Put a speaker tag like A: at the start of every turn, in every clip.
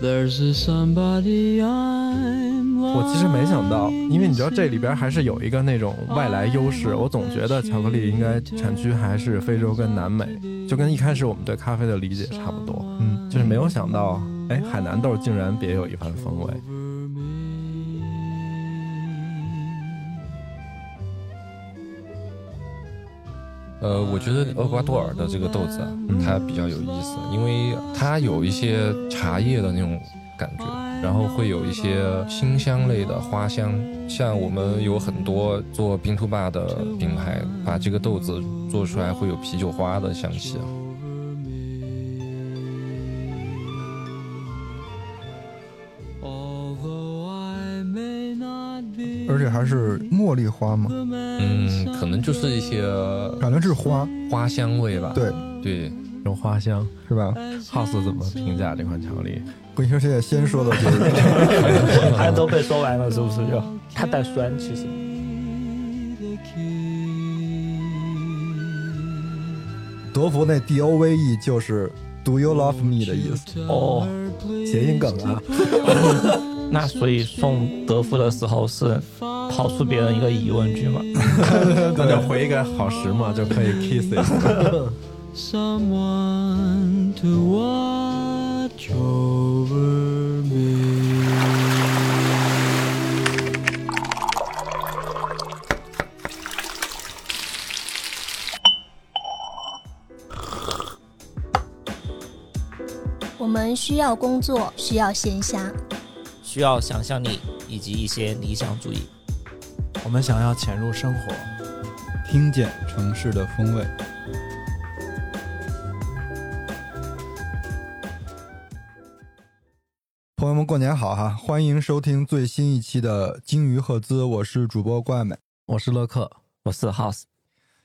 A: There's a somebody I'm
B: 我其实没想到，
A: lying
B: 因为你知道这里边还是有一个那种外来优势。我总觉得巧克力应该产区还是非洲跟南美，就跟一开始我们对咖啡的理解差不多。
C: 嗯，
B: 就是没有想到，哎，海南豆竟然别有一番风味。
A: over me.
C: 呃，我觉得厄瓜多尔的这个豆子啊，
B: 嗯
C: 它比较有意思，因为它有一些茶叶的那种感觉，然后会有一些辛香类的花香。像我们有很多做冰兔爸的品牌，把这个豆子做出来会有啤酒花的香气啊。
A: Although I may not be
C: 而
A: 而
C: 且
A: 且
C: 还
A: 还
C: 是
A: 是
C: 嗯嗯而
B: 而是
A: the man
C: 嗯，可能就是一些
D: 感觉是花，
C: 花香味吧。
D: 对，
C: 对，
B: 有花香。
D: 是吧？
B: House 怎么评价这款巧克力？
D: 我跟你说，这也先说的就是
E: 还都被说完了，是不是？就它带酸，其实
D: 德芙那 D O V E 就是 Do you love me 的意思，
E: 哦，
D: 谐音梗啊。
E: 那所以送德芙的时候是抛出别人一个疑问句嘛？
B: 那就回一个好时嘛，就可以 kiss it。
A: someone to watch over me.
F: 我们需要工作，需要闲暇，
G: 需要想象力以及一些理想主义。
H: 我们想要潜入生活，
C: 听见城市的风味。
D: 朋友们，过年好哈！欢迎收听最新一期的《鲸鱼赫兹》，我是主播怪美。
B: 我是乐克，
E: 我是 House，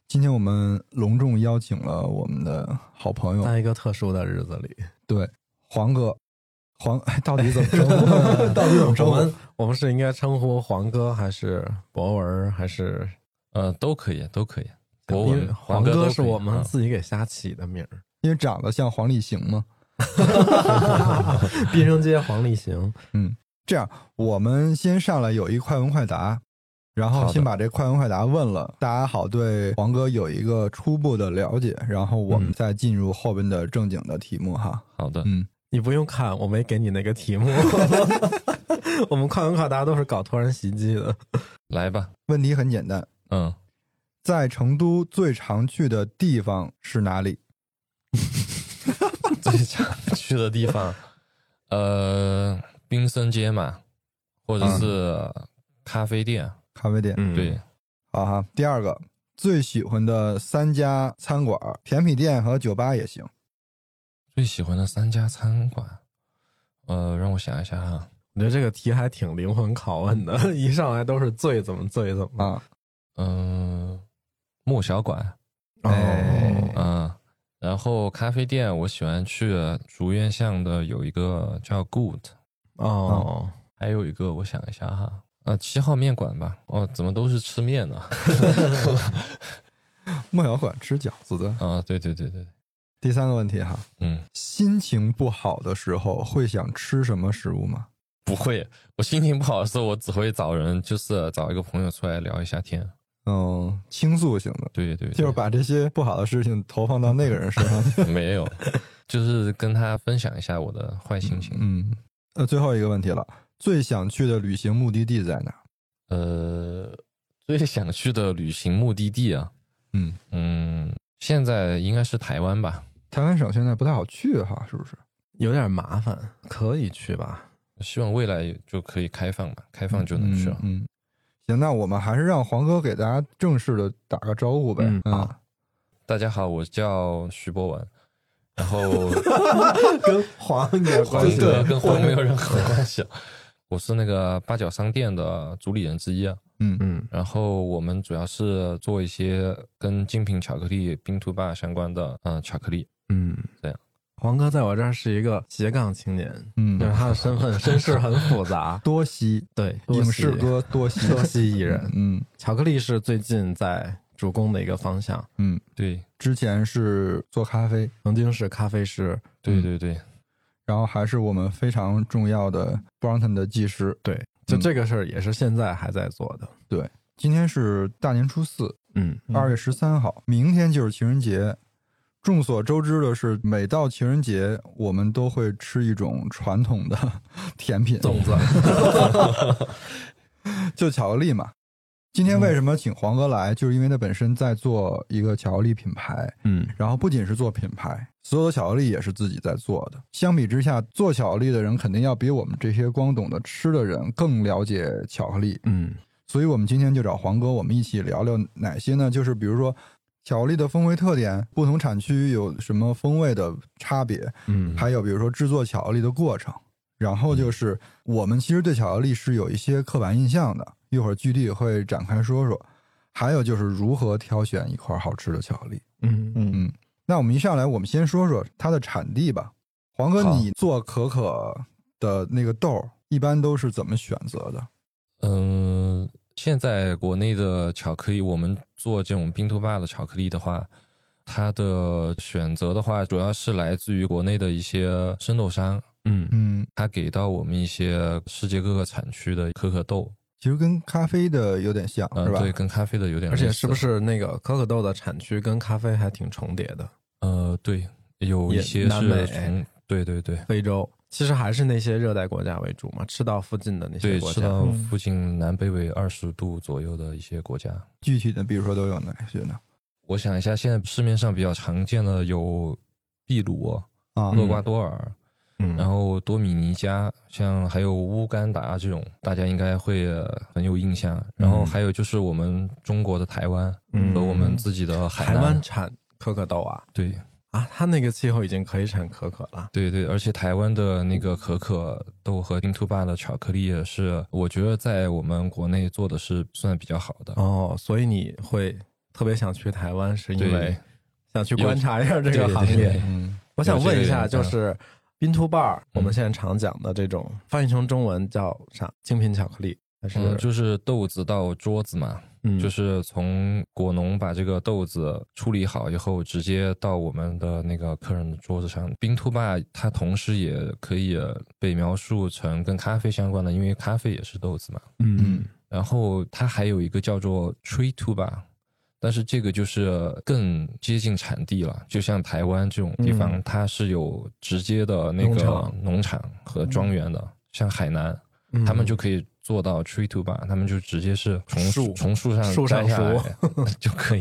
D: 今天我们隆重邀请了我们的好朋友，
B: 在一个特殊的日子里，
D: 对黄哥，黄、 哎、到底怎么 称呼？到底怎么称
B: 我
D: 呼
B: 们？我们是应该称呼黄哥还是博文还是？
C: 呃，都可以，都可以。博
B: 因为
C: 文
B: 黄
C: 哥都
B: 哥
C: 可以
B: 是我们
C: 啊
B: 自己给瞎起的名儿，
D: 因为长得像黄立行嘛。
B: 毕生街黄立行。
D: 这样，我们先上来有一快问快答，然
B: 好
D: 后
B: 的
D: 先把这快问快答问了，大家好对黄哥有一个初步的了解，然后我们
B: 嗯
D: 再进入后边的正经的题目哈。
C: 好的，
D: 嗯，
B: 你不用看，我没给你那个题目。 我们快问快答都是搞突然袭击的。
C: 来吧。
D: 问题很简单，
C: 嗯，
D: 在成都最常去的地方是哪里？
C: 最想去的地方， 呃，冰森街嘛，或者是咖啡店。
D: 咖啡店。
B: 嗯
C: 对，，
D: 好哈。第二个，最喜欢的三家餐馆，甜品店和酒吧也行。
C: 最喜欢的三家餐馆，呃，让我想一下哈。
B: 我觉得这个题还挺灵魂拷问的，一上来都是最怎么最怎么。
D: 啊，
C: 嗯、莫小馆，
D: 哎
B: 哦
C: 嗯、然后咖啡店，我喜欢去竹院巷的有一个叫 Good，
D: 啊
B: 哦，
C: 还有一个我想一下哈，呃，七号面馆吧。哦，怎么都是吃面呢？
D: 莫小馆吃饺子的。
C: 啊，对对对对，
D: 第三个问题哈，
C: 嗯，
D: 心情不好的时候会想吃什么食物吗？
C: 不会，我心情不好的时候，我只会找人，就是找一个朋友出来聊一下天。
D: 嗯，倾诉型的，
C: 对对对，
D: 就是把这些不好的事情投放到那个人身 上。
C: 没有，就是跟他分享一下我的坏心情。
D: 嗯，呃，最后一个问题了，最想去的旅行目的地在哪？
C: 呃，最想去的旅行目的地啊，
D: 嗯
C: 嗯，现在应该是台湾吧？
D: 台湾省现在不太好去哈，是不是？
B: 有点麻烦，可以去吧？
C: 希望未来就可以开放吧，开放就能去了。啊
D: 嗯。嗯行，那我们还是让黄哥给大家正式的打个招呼呗。
B: 嗯
D: 啊，
C: 大家好，我叫徐博文，然 后
B: 跟黄
D: 嗯
B: 一点
C: 黄哥跟黄没有任 何关系，啊我是那个八角商店的主理人之一啊。
D: 嗯
B: 嗯，
C: 然后我们主要是做一些跟精品巧克力、冰兔爸相关的嗯、呃巧克力。
B: 嗯，
C: 这样。
B: 黄哥在我这儿是一个斜杠青年，
D: 嗯
B: 就是他的身份身世很复杂。
D: 多西
B: 对，
D: 影视
B: 歌
D: 歌多西
B: 多西艺 人，
D: 嗯
B: 巧克力是最近在主攻的一个方向，
D: 嗯，
C: 对
D: 之前是做咖啡，
B: 曾经是咖啡师，
C: 对对对，
D: 然后还是我们非常重要的 Brompton 的技师。
B: 对，就
D: 嗯
B: 这个事儿也是现在还在做的。
D: 今天是大年初四，
B: 嗯，
D: 二月十三号，明天就是情人节。众所周知的是，每到情人节，我们都会吃一种传统的 甜品
B: 粽子，
D: 就巧克力嘛。今天为什么请黄哥来，就是因为他本身在做一个巧克力品牌，
B: 嗯，
D: 然后不仅是做品牌，所有的巧克力也是自己在做的。相比之下，做巧克力的人肯定要比我们这些光懂得吃的人更了解巧克力。
B: 嗯，
D: 所以我们今天就找黄哥，我们一起聊聊哪些呢？就是比如说巧克力的风味特点，不同产区有什么风味的差别，
B: 嗯，
D: 还有比如说制作巧克力的过程。然后就是我们其实对巧克力是有一些刻板印象的，一会儿具体会展开说说。还有就是如何挑选一块好吃的巧克力。
B: 嗯嗯
D: 嗯，那我们一上来，我们先说说它的产地吧。黄哥，
C: 好
D: 你做可可的那个豆儿，一般都是怎么选择的？
C: 嗯，现在国内的巧克力，我们做这种冰兔爸的巧克力的话，它的选择的话，主要是来自于国内的一些生豆商，
B: 嗯
D: 嗯，
C: 它给到我们一些世界各个产区的可可豆，
D: 其实跟咖啡的有点像，
C: 嗯、
D: 是吧？
C: 对，跟咖啡的有点
B: 而
C: 类似，
B: 且是不是那个可可豆的产区跟咖啡还挺重叠的？
C: 呃，对，有
B: 也
C: 一些
B: 南美
C: 是从对对对
B: 非洲其实还是那些热带国家为主嘛，赤道附近的那些
C: 对，
B: 国
C: 吃
B: 家。
C: 到附近南北纬二十度左右的一些国家。
D: 具体的，比如说都有哪些呢？
C: 我想一下，现在市面上比较常见的有秘鲁、
D: 啊，
C: 厄瓜多尔，
B: 嗯，
C: 然后多米尼加，像还有乌干达这种，大家应该会呃很有印象。然后还有就是我们中国的台湾
B: 嗯
C: 和我们自己的海
B: 台
C: 南，
B: 湾产可可豆啊
C: 对
B: 啊，它那个气候已经可以产可可了。
C: 对对，而且台湾的那个可可豆和冰兔爸的巧克力也是，我觉得在我们国内做的是算比较好的。
B: 哦，所以你会特别想去台湾，是因为
C: 对，
B: 想去观察一下这个行
C: 对
B: 业。
D: 嗯，
B: 我想问一下，
C: 有这
B: 就
C: 个嗯
B: 是 bin to bar，我们现在常讲的这种翻译成中文叫啥？精品巧克力还是
C: 嗯，就是豆子到桌子嘛，
B: 嗯
C: 就是从果农把这个豆子处理好以后，直接到我们的那个客人的桌子上。冰兔爸它同时也可以被描述成跟咖啡相关的，因为咖啡也是豆子嘛。
B: 嗯
C: 然后它还有一个叫做 Tree t u b a 但是这个就是更接近产地了，就像台湾这种地方，
B: 嗯
C: 它是有直接的那
B: 农
C: 个
B: 场
C: 农场和庄园的，像海南。
B: 嗯
C: 他们就可以做到 tree to bar，他们就直接是从
B: 树
C: 从树上
B: 树上
C: 摘下来 就可以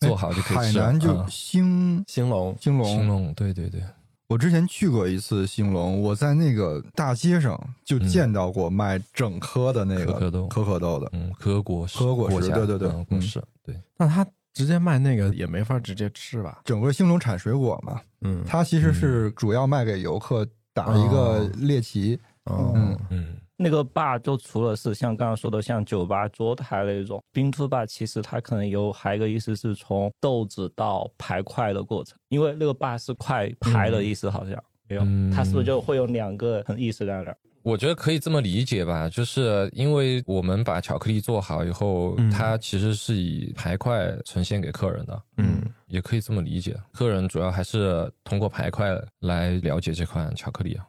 C: 做好就可以
D: 哎海
C: 吃了。
D: 南就
C: 嗯
D: 兴
B: 兴隆
D: 兴
C: 兴
D: 隆，
C: 隆，对对对，
D: 我之前去过一次兴隆，我在那个大街上就
C: 嗯
D: 见到过卖整颗的那个
C: 可可豆
D: 可可豆的，
C: 嗯，可果实，
D: 可果实
C: 实，
D: 对对对
C: 嗯
D: 嗯
C: 果实，对，
B: 那他直接卖那个也没法直接吃吧？
D: 整个兴隆产水果嘛，
B: 嗯，
D: 它其实是主要卖给游客打一个
B: 哦
D: 猎奇，
B: 哦
D: 嗯，
C: 嗯，
E: 那个坝就除了是像刚刚说的像酒吧、桌台那种，冰兔坝其实它可能有还有一个意思是从豆子到排块的过程，因为那个坝是块排的意思，好像没有，
C: 嗯
E: 它是不是就会有两个很意思在那儿？
C: 我觉得可以这么理解吧，就是因为我们把巧克力做好以后，
B: 嗯
C: 它其实是以排块呈现给客人的，
B: 嗯，
C: 也可以这么理解。客人主要还是通过排块来了解这款巧克力啊，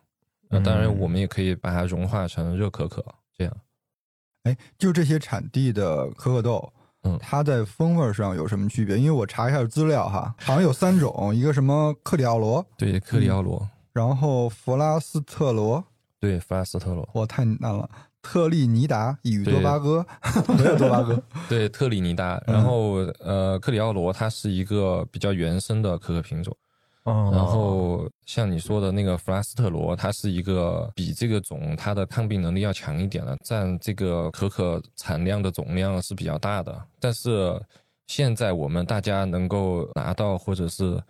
C: 那当然
B: 嗯
C: 我们也可以把它融化成热可可这样。
D: 哎，就这些产地的可可豆，
C: 嗯
D: 它在风味上有什么区别？因为我查一下资料哈，好像有三种，一个什么克里奥罗，
C: 对，克里奥罗，
B: 嗯
D: 然后弗拉斯特罗，
C: 对，弗拉斯特罗，
D: 哇，太难了，特立尼达与多巴哥，没有多巴哥，
C: 对，特立尼达。
B: 嗯
C: 然后呃，克里奥罗它是一个比较原生的可可品种。
B: 哦
C: 然后像你说的那个弗拉斯特罗，它是一个比这个种它的抗病能力要强一点的，占这个可可产量的总量是比较大的。但是现在我们大家能够拿到或者是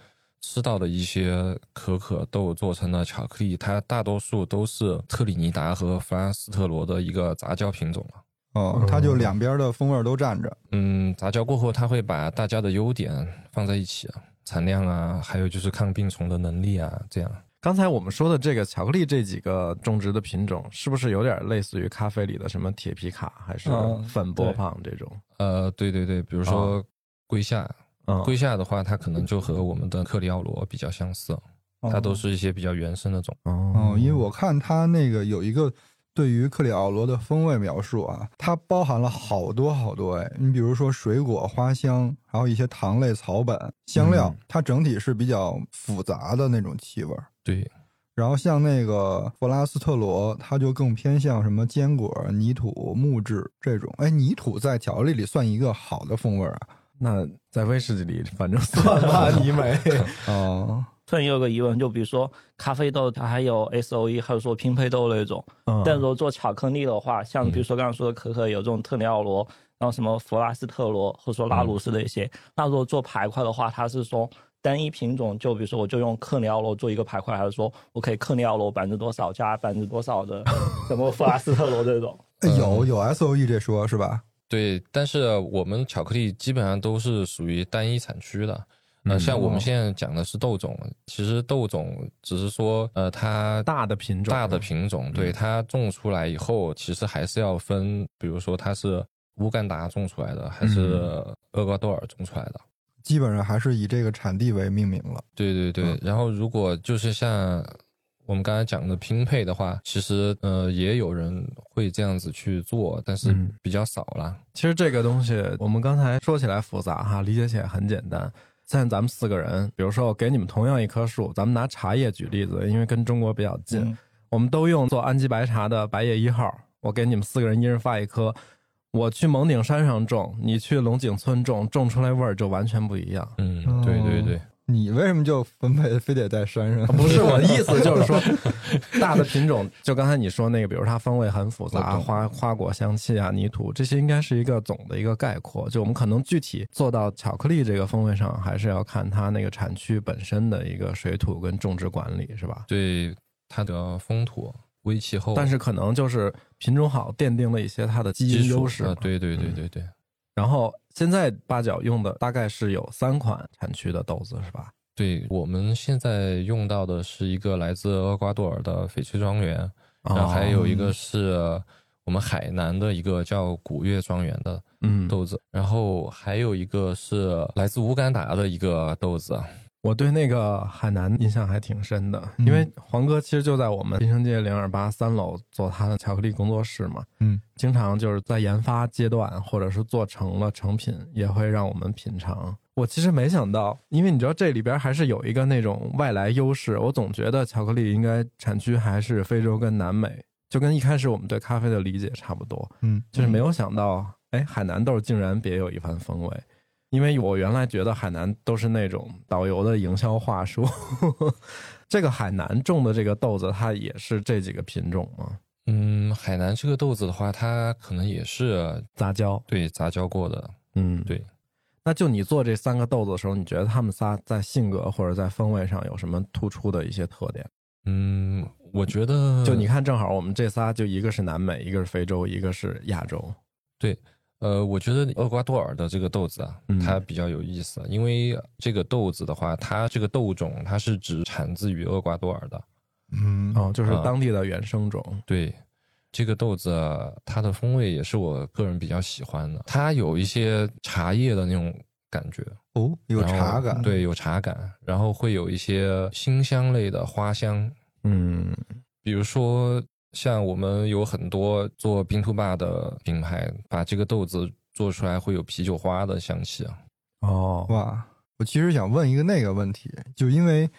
C: 吃到的一些可可豆做成的巧克力，它大多数都是特立尼达和弗拉斯特罗的一个杂交品种了。
D: 哦，它就两边的风味都占着，
C: 嗯，杂交过后，它会把大家的优点放在一起，产量啊，还有就是抗病虫的能力啊，这样。
B: 刚才我们说的这个巧克力这几个种植的品种，是不是有点类似于咖啡里的什么铁皮卡还是
E: 嗯
B: 粉波旁这种？
C: 呃，对对对，比如说龟夏，
B: 嗯，
C: 龟夏的话，它可能就和我们的克里奥罗比较相似。它
D: 哦
C: 都是一些比较原生的种。
B: 哦
D: 嗯，因为我看他那个有一个对于克里奥罗的风味描述啊，它包含了好多好多哎，你比如说水果、花香，还有一些糖类、草本、香料，
C: 嗯
D: 它整体是比较复杂的那种气味儿。
C: 对，
D: 然后像那个弗拉斯特罗，它就更偏向什么坚果、泥土、木质这种。哎，泥土在巧克力里算一个好的风味儿啊。
B: 那在威士忌里，反 正算吧，你美。
D: 哦，
E: 突然也有个疑问，就比如说咖啡豆，它还有 S O E，还有说拼配豆那种。
B: 嗯
E: 但如果做巧克力的话，像比如说刚刚说的可可有这种特里奥罗，然后什么弗拉斯特罗，或者说拉鲁斯的一些。那如果做排块的话，它是说单一品种，就比如说我就用克里奥罗做一个排块，还是说我可以克里奥罗百分之多少加百分之多少的什么弗拉斯特罗这种？
D: 哎有有 S O E 这说是吧？
C: 对，但是我们巧克力基本上都是属于单一产区的。呃，
B: 嗯
C: 像我们现在讲的是豆种，其实豆种只是说，呃，它
B: 大的嗯品种，
C: 大的品种，对它种出来以后，其实还是要分，比如说它是乌干达种出来的，还是
B: 嗯
C: 厄瓜多尔种出来的。
D: 基本上还是以这个产地为命名了。
C: 对对对，
B: 嗯
C: 然后如果就是像我们刚才讲的拼配的话，其实呃也有人会这样子去做，但是
B: 嗯
C: 比较少啦。
B: 其实这个东西，我们刚才说起来复杂哈，理解起来很简单。像咱们四个人，比如说我给你们同样一棵树，咱们拿茶叶举例子，因为跟中国比较近，
E: 嗯
B: 我们都用做安吉白茶的白叶一号。我给你们四个人一人发一颗，我去蒙顶山上种，你去龙井村种，种出来味儿就完全不一样。
C: 嗯
D: 哦，
C: 对对对，
D: 你为什么就分配非得在山上？
B: 啊不是我的意思，就是 说，大的品种，就刚才你说那个，比如它风味很复
C: 我
B: 杂，
C: 懂
B: 花花果香气啊、泥土，这些应该是一个总的一个概括。就我们可能具体做到巧克力这个风味上，还是要看它那个产区本身的一个水土跟种植管理，是吧？
C: 对它的风土、微气候，
B: 但是可能就是品种好，奠定了一些它的基因
C: 基础
B: 优势嘛。嗯
C: 啊，对对对对对，
B: 然后现在八角用的大概是有三款产区的豆子，是吧？
C: 对我们现在用到的是一个来自厄瓜多尔的翡翠庄园，然后啊还有一
B: 哦
C: 个是我们海南的一个叫古月庄园的
B: 嗯，
C: 豆子，然后还有一个是来自乌干达的一个豆子，
B: 我对那个海南印象还挺深的，
D: 嗯
B: 因为黄哥其实就在我们滨生街零二八三楼做他的巧克力工作室嘛，
D: 嗯，
B: 经常就是在研发阶段或者是做成了成品，也会让我们品尝。我其实没想到，因为你知道这里边还是有一个那种外来优势，我总觉得巧克力应该产区还是非洲跟南美，就跟一开始我们对咖啡的理解差不多。
D: 嗯，
B: 就是没有想到，哎，海南豆竟然别有一番风味。因为我原来觉得海南都是那种导游的营销话术， 这个海南种的这个豆子，它也是这几个品种吗？
C: 嗯，海南这个豆子的话，它可能也是
B: 杂交，
C: 对杂交过的，
B: 嗯，
C: 对。
B: 那就你做这三个豆子的时候，你觉得他们仨在性格或者在风味上有什么突出的一些特点？
C: 嗯，我觉得
B: 就你看，正好我们这仨，就一个是南美，一个是非洲，一个是亚洲。
C: 呃，我觉得厄瓜多尔的这个豆子啊
B: 嗯，
C: 它比较有意思，因为这个豆子的话，它这个豆种它是只产自于厄瓜多尔的。
D: 嗯，
B: 哦，就是
C: 啊
B: 当地的原生种。
C: 对，这个豆子啊它的风味也是我个人比较喜欢的，它有一些茶叶的那种感觉，
D: 哦，有
C: 然后
D: 茶感，，
C: 对，有茶感，然后会有一些辛香类的花香，
B: 嗯
C: 比如说像我们有很多做冰兔爸的品牌，把这个豆子做出来会有啤酒花的香气啊。
B: 哦，
D: 哇，我其实想问一个那个问题，就因为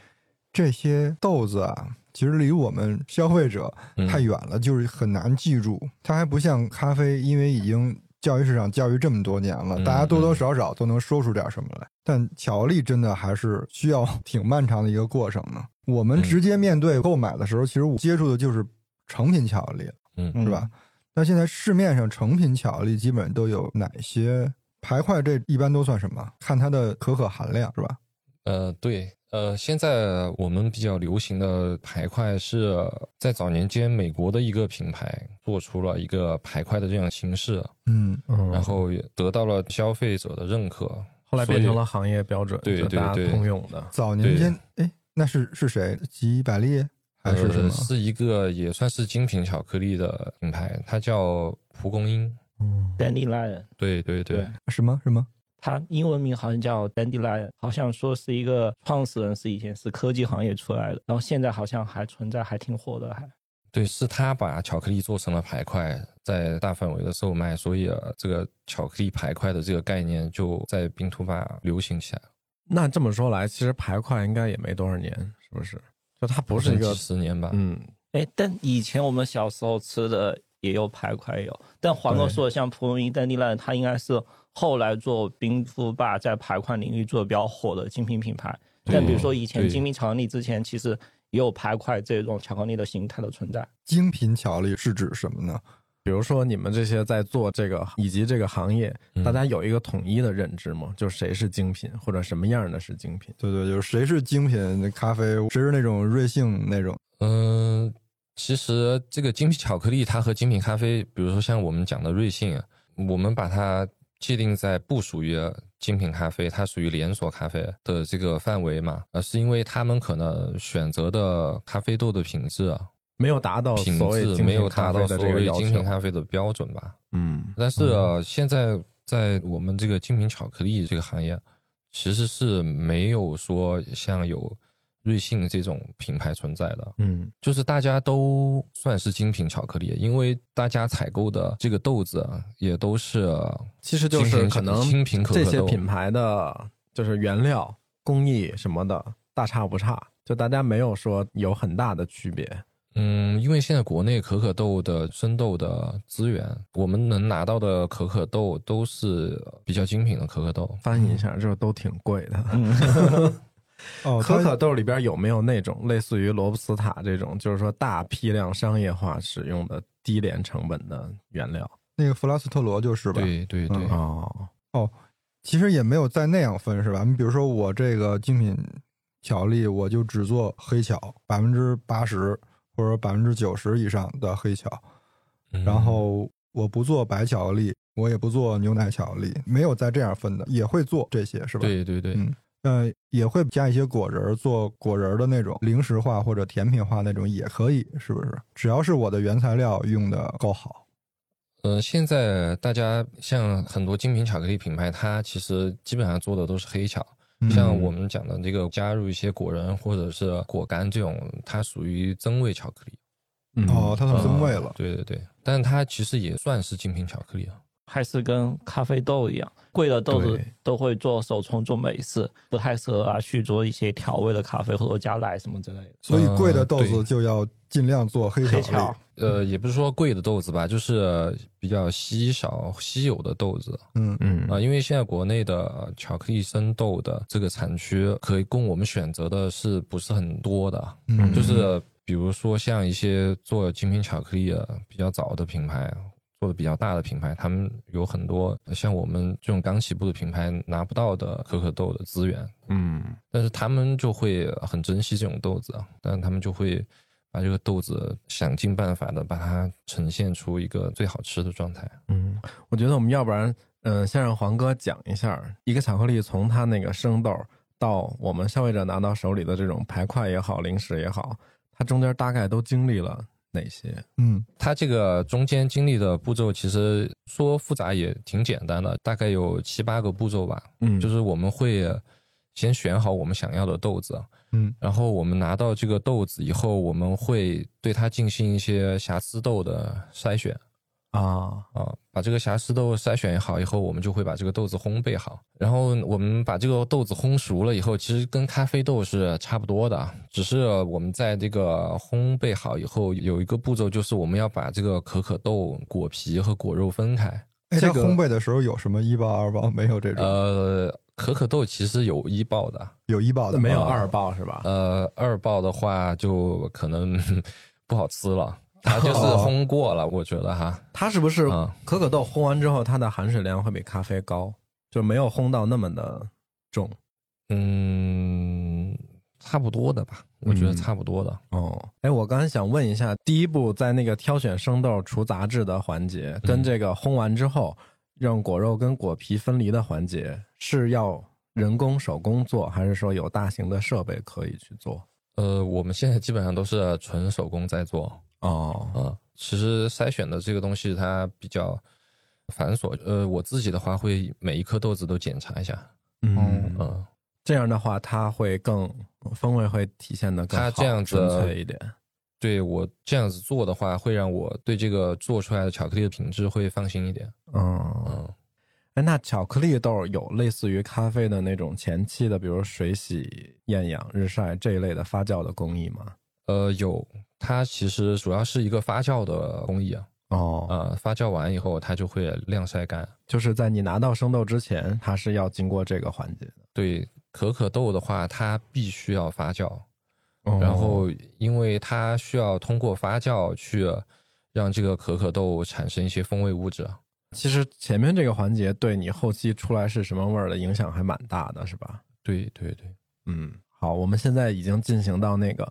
D: 这些豆子啊，其实离我们消费者
C: 嗯
D: 太远了，就是很难记住。它还不像咖啡，因为已经教育市场教育这么多年了，
C: 嗯
D: 大家多多少少都能说出点什么来。但巧克力真的还是需要挺漫长的一个过程呢。我们
C: 嗯
D: 直接面对购买的时候，其实我接触的就是成品巧克力，
C: 嗯
D: 是吧？那现在市面上成品巧克力基本都有哪些？排块这一般都算什么？看它的可可含量是吧？
C: 呃，对，呃，现在我们比较流行的排块是在早年间美国的一个品牌做出了一个排块的这样形式，
D: 嗯，
B: 嗯
C: 然后也得到了消费者的认可。
B: 后来
C: 所以
B: 变成了行业标准，
C: 对
B: 就大
C: 对
B: 家
C: 对
B: 通用的。
D: 早年间，哎，那是是谁？吉百利还是什么
C: 呃？是一个也算是精品巧克力的品牌，它叫蒲公英。
B: 嗯，
E: 丹利拉人，
C: 对对对
E: 对
D: 什么什么？
E: 它英文名好像叫 Dandelion，好像说是一个创始人是以前是科技行业出来的，然后现在好像还存在，还挺火的，还。
C: 对，是他把巧克力做成了排块，在大范围的售卖，所以、呃这个巧克力排块的这个概念就在冰图吧流行起来了，
B: 那这么说来，其实排块应该也没多少年，是不是？就它不是一
C: 几
B: 个，
C: 十年吧。
B: 嗯，
E: 哎，但以前我们小时候吃的也有排块有，但黄哥
B: 对
E: 说的像蒲公英、丹地烂，它应该是后来做冰敷吧，在排块领域做的比较火的精品品牌。但比如说以前
C: 对
E: 精密巧克力之前，其实也有排块这种巧克力的形态的存在。
D: 精品巧克力是指什么呢？
B: 比如说你们这些在做这个以及这个行业，
C: 嗯
B: 大家有一个统一的认知吗？就谁是精品，或者什么样的是精品？
D: 对对，就是谁是精品咖啡，谁是那种瑞幸那种。
C: 嗯，其实这个精品巧克力，它和精品咖啡，比如说像我们讲的瑞幸，啊我们把它界定在不属于精品咖啡，它属于连锁咖啡的这个范围嘛，而是因为他们可能选择的咖啡豆的品质啊、
B: 没有达到
C: 品
B: 哦所谓
C: 质
B: 精
C: 没
B: 品
C: 有
B: 咖啡
C: 达到
B: 的
C: 所
B: 这个
C: 谓
B: 要
C: 精品
B: 求，
C: 咖啡的标准吧。
B: 嗯，
C: 但是、呃现在在我们这个精品巧克力这个行业，其实是没有说像有瑞幸这种品牌存在的。
B: 嗯，
C: 就是大家都算是精品巧克力，因为大家采购的这个豆子啊也都是啊
B: 其实就是可能
C: 精品可可
B: 这
C: 豆
B: 些品牌的就是原料、工艺什么的大差不差，就大家没有说有很大的区别。
C: 嗯，因为现在国内可可豆的生豆的资源，我们能拿到的可可豆都是比较精品的可可豆。
B: 翻译一下，就是都挺贵的。
E: 嗯
D: 哦，
B: 嗯可
D: 它
B: 可豆里边有没有那种类似于罗布斯塔这种，就是说大批量商业化使用的低廉成本的原料？
D: 那个弗拉斯特罗就是吧？
C: 对对对，
D: 嗯
B: 哦，
D: 其实也没有在那样分是吧？你比如说我这个精品巧克力，我就只做黑巧，百分之八十或者百分之九十以上的黑巧，
C: 嗯
D: 然后我不做白巧克力，我也不做牛奶巧克力，没有在这样分的，也会做这些是吧？，
C: 对对对，
D: 嗯呃，也会加一些果仁儿，做果仁儿的那种零食化或者甜品化那种也可以，是不是？只要是我的原材料用的够好，
C: 呃，现在大家像很多精品巧克力品牌，它其实基本上做的都是黑巧，
D: 嗯
C: 像我们讲的这个加入一些果仁或者是果干这种，它属于增味巧克力。
B: 嗯
D: 哦，它算增味
C: 呃
D: 了。
C: 对对对，但它其实也算是精品巧克力啊。
E: 还是跟咖啡豆一样，贵的豆子
B: 对
E: 都会做手冲做美式，不太适合啊去做一些调味的咖啡或者加奶什么之类的。
D: 所以贵的
C: 嗯
D: 豆子
C: 对
D: 就要尽量做黑巧
E: 黑
D: 克力
E: 巧。
C: 呃，也不是说贵的豆子吧，就是比较稀少、稀有的豆子
D: 嗯，
B: 嗯
C: 啊、因为现在国内的呃巧克力生豆的这个产区，可以供我们选择的是不是很多的？啊
D: 嗯
C: 就是比如说像一些做精品巧克力的比较早的品牌，做的比较大的品牌，他们有很多像我们这种刚起步的品牌拿不到的可可豆的资源，
B: 嗯，
C: 但是他们就会很珍惜这种豆子，啊，但他们就会把这个豆子想尽办法的把它呈现出一个最好吃的状态。
B: 嗯，我觉得我们要不然，嗯、先让黄哥讲一下一个巧克力从它那个生豆到我们消费者拿到手里的这种排块也好，零食也好，它中间大概都经历了哪些？
D: 嗯，
C: 它这个中间经历的步骤，其实说复杂也挺简单的，大概有七八个步骤吧。
B: 嗯
C: 就是我们会先选好我们想要的豆子，啊
D: 嗯，
C: 然后我们拿到这个豆子以后，我们会对它进行一些瑕疵豆的筛选
B: 啊，
C: 啊，把这个瑕疵豆筛选好以后，我们就会把这个豆子烘焙好，然后我们把这个豆子烘熟了以后，其实跟咖啡豆是差不多的，啊只是我们在这个烘焙好以后，有一个步骤就是我们要把这个可可豆果皮和果肉分开，
D: 哎，它
C: 这个
D: 烘焙的时候有什么一爆二爆？没有这种，
C: 呃，可可豆其实有一爆的。啊
D: 有一爆的
B: 没有
D: 吗
B: 哦
D: 哦
B: 二爆是吧？
C: 呃，二爆的话就可能 不好吃了，它就是烘过了，我觉得哈，
B: 它是不哦是
C: 嗯
B: 可可豆烘完之后，它的含水量会比咖啡高，就没有烘到那么的重
C: 嗯，差不多的吧，我觉得
B: 嗯
C: 差不多的。
B: 哦。哎，我刚才想问一下，第一步在那个挑选生豆除杂质的环节，跟这个烘完之后让果肉跟果皮分离的环节，是要人工手工做，还是说有大型的设备可以去做？
C: 呃，我们现在基本上都是纯手工在做，
B: 哦，
C: 啊，其实筛选的这个东西它比较繁琐。呃，我自己的话会每一颗豆子都检查一下，
B: 嗯，
C: 嗯，
B: 这样的话它会更风味会体现的更好，
C: 它这样子
B: 纯粹一点。
C: 对我这样子做的话，会让我对这个做出来的巧克力的品质会放心一点。
B: 嗯，
C: 嗯，
B: 哎，那巧克力豆有类似于咖啡的那种前期的，比如水洗、厌氧、日晒这一类的发酵的工艺吗？
C: 呃，有，它其实主要是一个发酵的工艺啊，
B: 哦，
C: 呃，发酵完以后它就会晾晒干。
B: 就是在你拿到生豆之前，它是要经过这个环节的。
C: 对可可豆的话，它必须要发酵，
B: 哦
C: 然后因为它需要通过发酵去让这个可可豆产生一些风味物质啊。
B: 其实前面这个环节对你后期出来是什么味儿的影响还蛮大的，是吧？
C: 对对对，
B: 嗯，好，我们现在已经进行到那个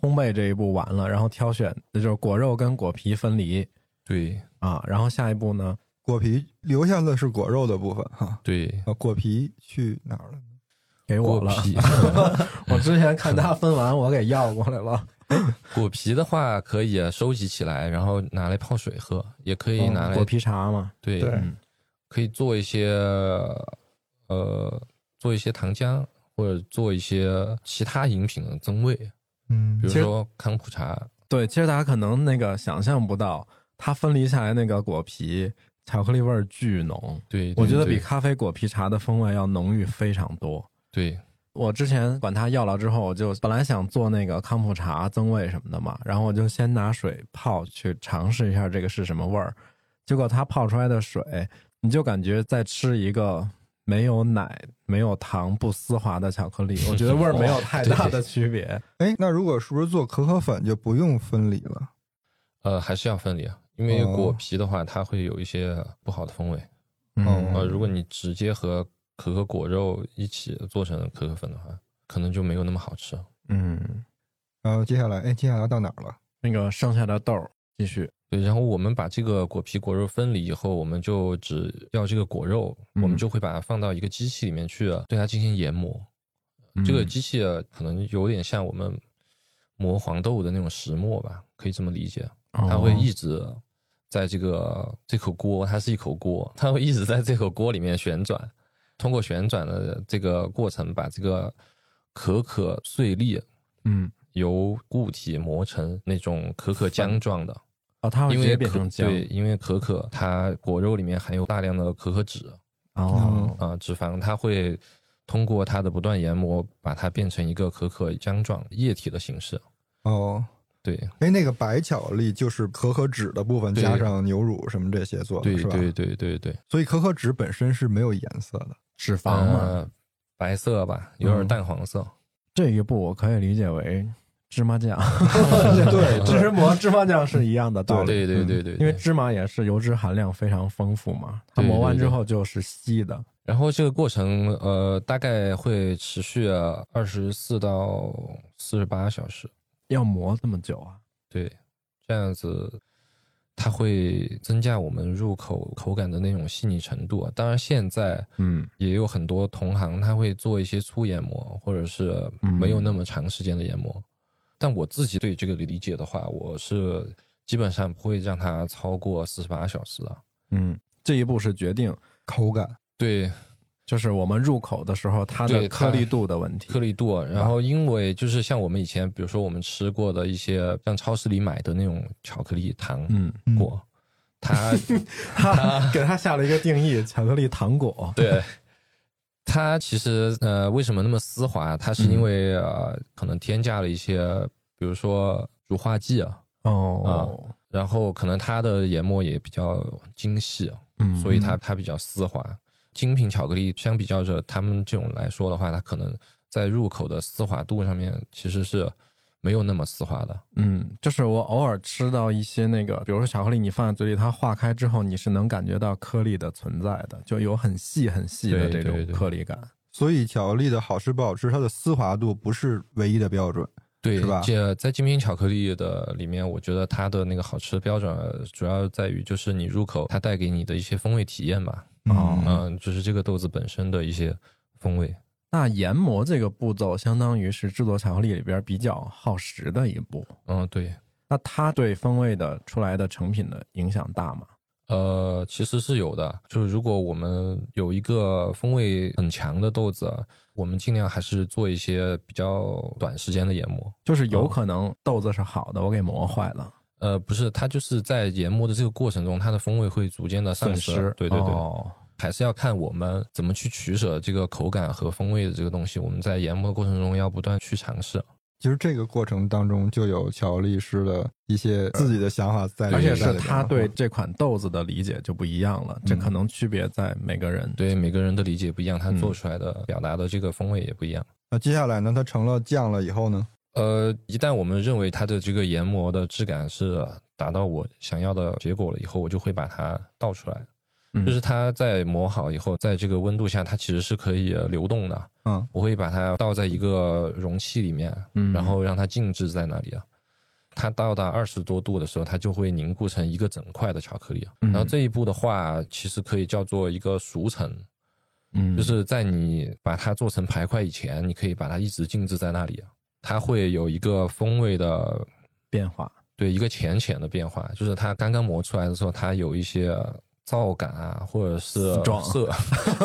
B: 烘焙这一步完了，然后挑选也就是果肉跟果皮分离
C: 对
B: 啊，然后下一步呢，
D: 果皮留下的是果肉的部分哈，
C: 对，
D: 啊，果皮去哪儿了？
B: 给我
C: 果
B: 了。
C: 皮
B: 我之前 看他分完，我给要过来了。
C: 果皮的话可以收集起来，然后拿来泡水喝，也可以拿来、
B: 哦嗯果皮茶嘛，
C: 对，
D: 对
B: 嗯
C: 可以做一些呃做一些糖浆，或者做一些其他饮品的增味，
D: 嗯
C: 比如
B: 其实
C: 说康普茶。
B: 对，其实大家可能那个想象不到，它分离下来那个果皮巧克力味儿巨浓，
C: 对，
B: 我
C: 对
B: 觉得
C: 对
B: 比咖啡果皮茶的风味要浓郁非常多。
C: 对
B: 我之前管他要了之后，我就本来想做那个康普茶增味什么的嘛，然后我就先拿水泡去尝试一下这个是什么味儿，结果它泡出来的水，你就感觉在吃一个没有奶、没有糖、不丝滑的巧克力，我觉得味儿
C: 哦
B: 没有太大的区别。
D: 哎，那如果是不是做可可粉就不用分离了？
C: 呃还是要分离啊，因为
D: 哦
C: 果皮的话它会有一些不好的风味。呃，
B: 嗯，
C: 如果你直接和可可果肉一起做成可可粉的话，可能就没有那么好吃。
B: 嗯，
D: 然后接下来，哎，接下来到哪儿了？
B: 那个剩下的豆儿继续，
C: 对，然后我们把这个果皮果肉分离以后，我们就只要这个果肉，
B: 嗯
C: 我们就会把它放到一个机器里面去对它进行研磨。
B: 嗯
C: 这个机器啊可能有点像我们磨黄豆的那种石磨吧，可以这么理解。
B: 哦
C: 它会一直在这个这口锅，它是一口锅，它会一直在这口锅里面旋转，通过旋转的这个过程，把这个可可碎粒
B: 嗯，
C: 由固体磨成那种可可浆状的。
B: 哦，它会
C: 因
B: 直接
C: 为
B: 变
C: 可
B: 成
C: 对，
B: 浆，
C: 因为可可它果肉里面含有大量的可可脂
B: 哦，
C: 啊、脂肪，它会通过它的不断研磨，把它变成一个可可浆状液体的形式。
D: 哦，
C: 对，
D: 哎，那个白巧克力就是可可脂的部分，
C: 对
D: 加上牛乳什么这些做的，
C: 对，
D: 是吧？
C: 对，对，对，对，
D: 所以可可脂本身是没有颜色的。
B: 脂肪嘛，嗯
C: 呃，白色吧，有点淡黄色。
B: 这一步我可以理解为芝麻 酱，
D: 对，
B: 其实磨芝麻酱是一样的道理。嗯
C: 对，对，对，对，
B: 因为
C: 对
B: 芝麻也是油脂含量非常丰富嘛，它
C: 对
B: 磨完
C: 对
B: 之
C: 对
B: 后就是稀的。
C: 然后这个过程，呃，大概会持续二十四到四十八小时。
B: 要磨这么久啊？
C: 对，这样子它会增加我们入口口感的那种细腻程度啊。当然，现在
B: 嗯，
C: 也有很多同行他会做一些粗研磨，或者是没有那么长时间的研磨。但我自己对这个理解的话，我是基本上不会让它超过四十八小时的。
B: 嗯，这一步是决定，
D: 口感
C: 对
B: 就是我们入口的时候它的
C: 对
B: 颗
C: 它
B: 粒度的问题。
C: 颗粒度，然后因为就是像我们以前，比如说我们吃过的一些像超市里买的那种巧克力糖
B: 嗯，
C: 果， 它
B: 他给它下了一个定义：巧克力糖果。
C: 对，它其实呃，为什么那么丝滑？它
B: 嗯
C: 是因为、呃，可能添加了一些，比如说乳化剂啊，
B: 哦，
C: 然后可能它的研磨也比较精细，啊
B: 嗯，
C: 所以它它比较丝滑。精品巧克力相比较着他们这种来说的话，它可能在入口的丝滑度上面其实是没有那么丝滑的。
B: 嗯，就是我偶尔吃到一些那个，比如说巧克力，你放在嘴里，它化开之后，你是能感觉到颗粒的存在的，就有很细很细的这
C: 对对
B: 种
C: 对
B: 颗粒感。
D: 所以巧克力的好吃不好吃，它的丝滑度不是唯一的标准。
C: 对，
D: 是吧
C: 这在精品巧克力的里面，我觉得它的那个好吃的标准呃主要在于就是你入口它带给你的一些风味体验吧。
B: 哦
D: 嗯
C: 嗯，就是这个豆子本身的一些风味。
B: 那研磨这个步骤，相当于是制作巧克力里边比较耗时的一步。
C: 嗯，对，
B: 那它对风味的出来的成品的影响大吗？
C: 呃，其实是有的，就是如果我们有一个风味很强的豆子，我们尽量还是做一些比较短时间的研磨。
B: 就是有可能豆子是好的，我给磨坏了，
C: 呃，不是，它就是在研磨的这个过程中，它的风味会逐渐的
B: 损
C: 丧
B: 失
C: 失。。对对对，
B: 哦
C: 还是要看我们怎么去取舍这个口感和风味的这个东西。我们在研磨的过程中要不断去尝试。
D: 其实这个过程当中就有巧克力师的一些自己的想法在里
B: 而且
D: 面，
B: 是他对
C: 嗯
D: 在
B: 这款豆子的理解就不一样了，这可能区别在每个人。
C: 对每个人的理解不一样，他
B: 嗯
C: 做出来的、表达的这个风味也不一样。
D: 那接下来呢，它成了酱了以后呢，
C: 呃，一旦我们认为它的这个研磨的质感是达到我想要的结果了以后，我就会把它倒出来。
B: 嗯
C: 就是它在磨好以后，在这个温度下，它其实是可以流动的。
D: 嗯，
C: 我会把它倒在一个容器里面，
B: 嗯
C: 然后让它静置在那里啊。它到达二十多度的时候，它就会凝固成一个整块的巧克力。啊
B: 嗯
C: 然后这一步的话，其实可以叫做一个熟成，
B: 嗯，
C: 就是在你把它做成排块以前，你可以把它一直静置在那里，啊它会有一个风味的
B: 变化。
C: 对一个浅浅的变化，就是它刚刚磨出来的时候，它有一些燥感啊，或者是
B: Strong
C: 涩，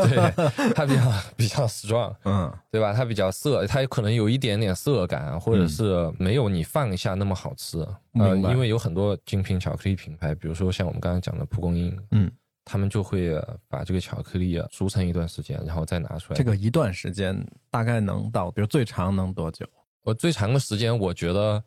C: 对，它比较 比较 strong，
B: 嗯
C: 对吧？它比较涩，它可能有一点点涩感啊，或者是没有你放一下那么好吃。呃，
B: 嗯明白
C: 因为有很多精品巧克力品牌，比如说像我们刚刚讲的蒲公英，
B: 嗯，
C: 他们就会把这个巧克力啊熟成一段时间，然后再拿出来。
B: 这个一段时间大概能到，比如最长能多久？
C: 我最长的时间，我觉得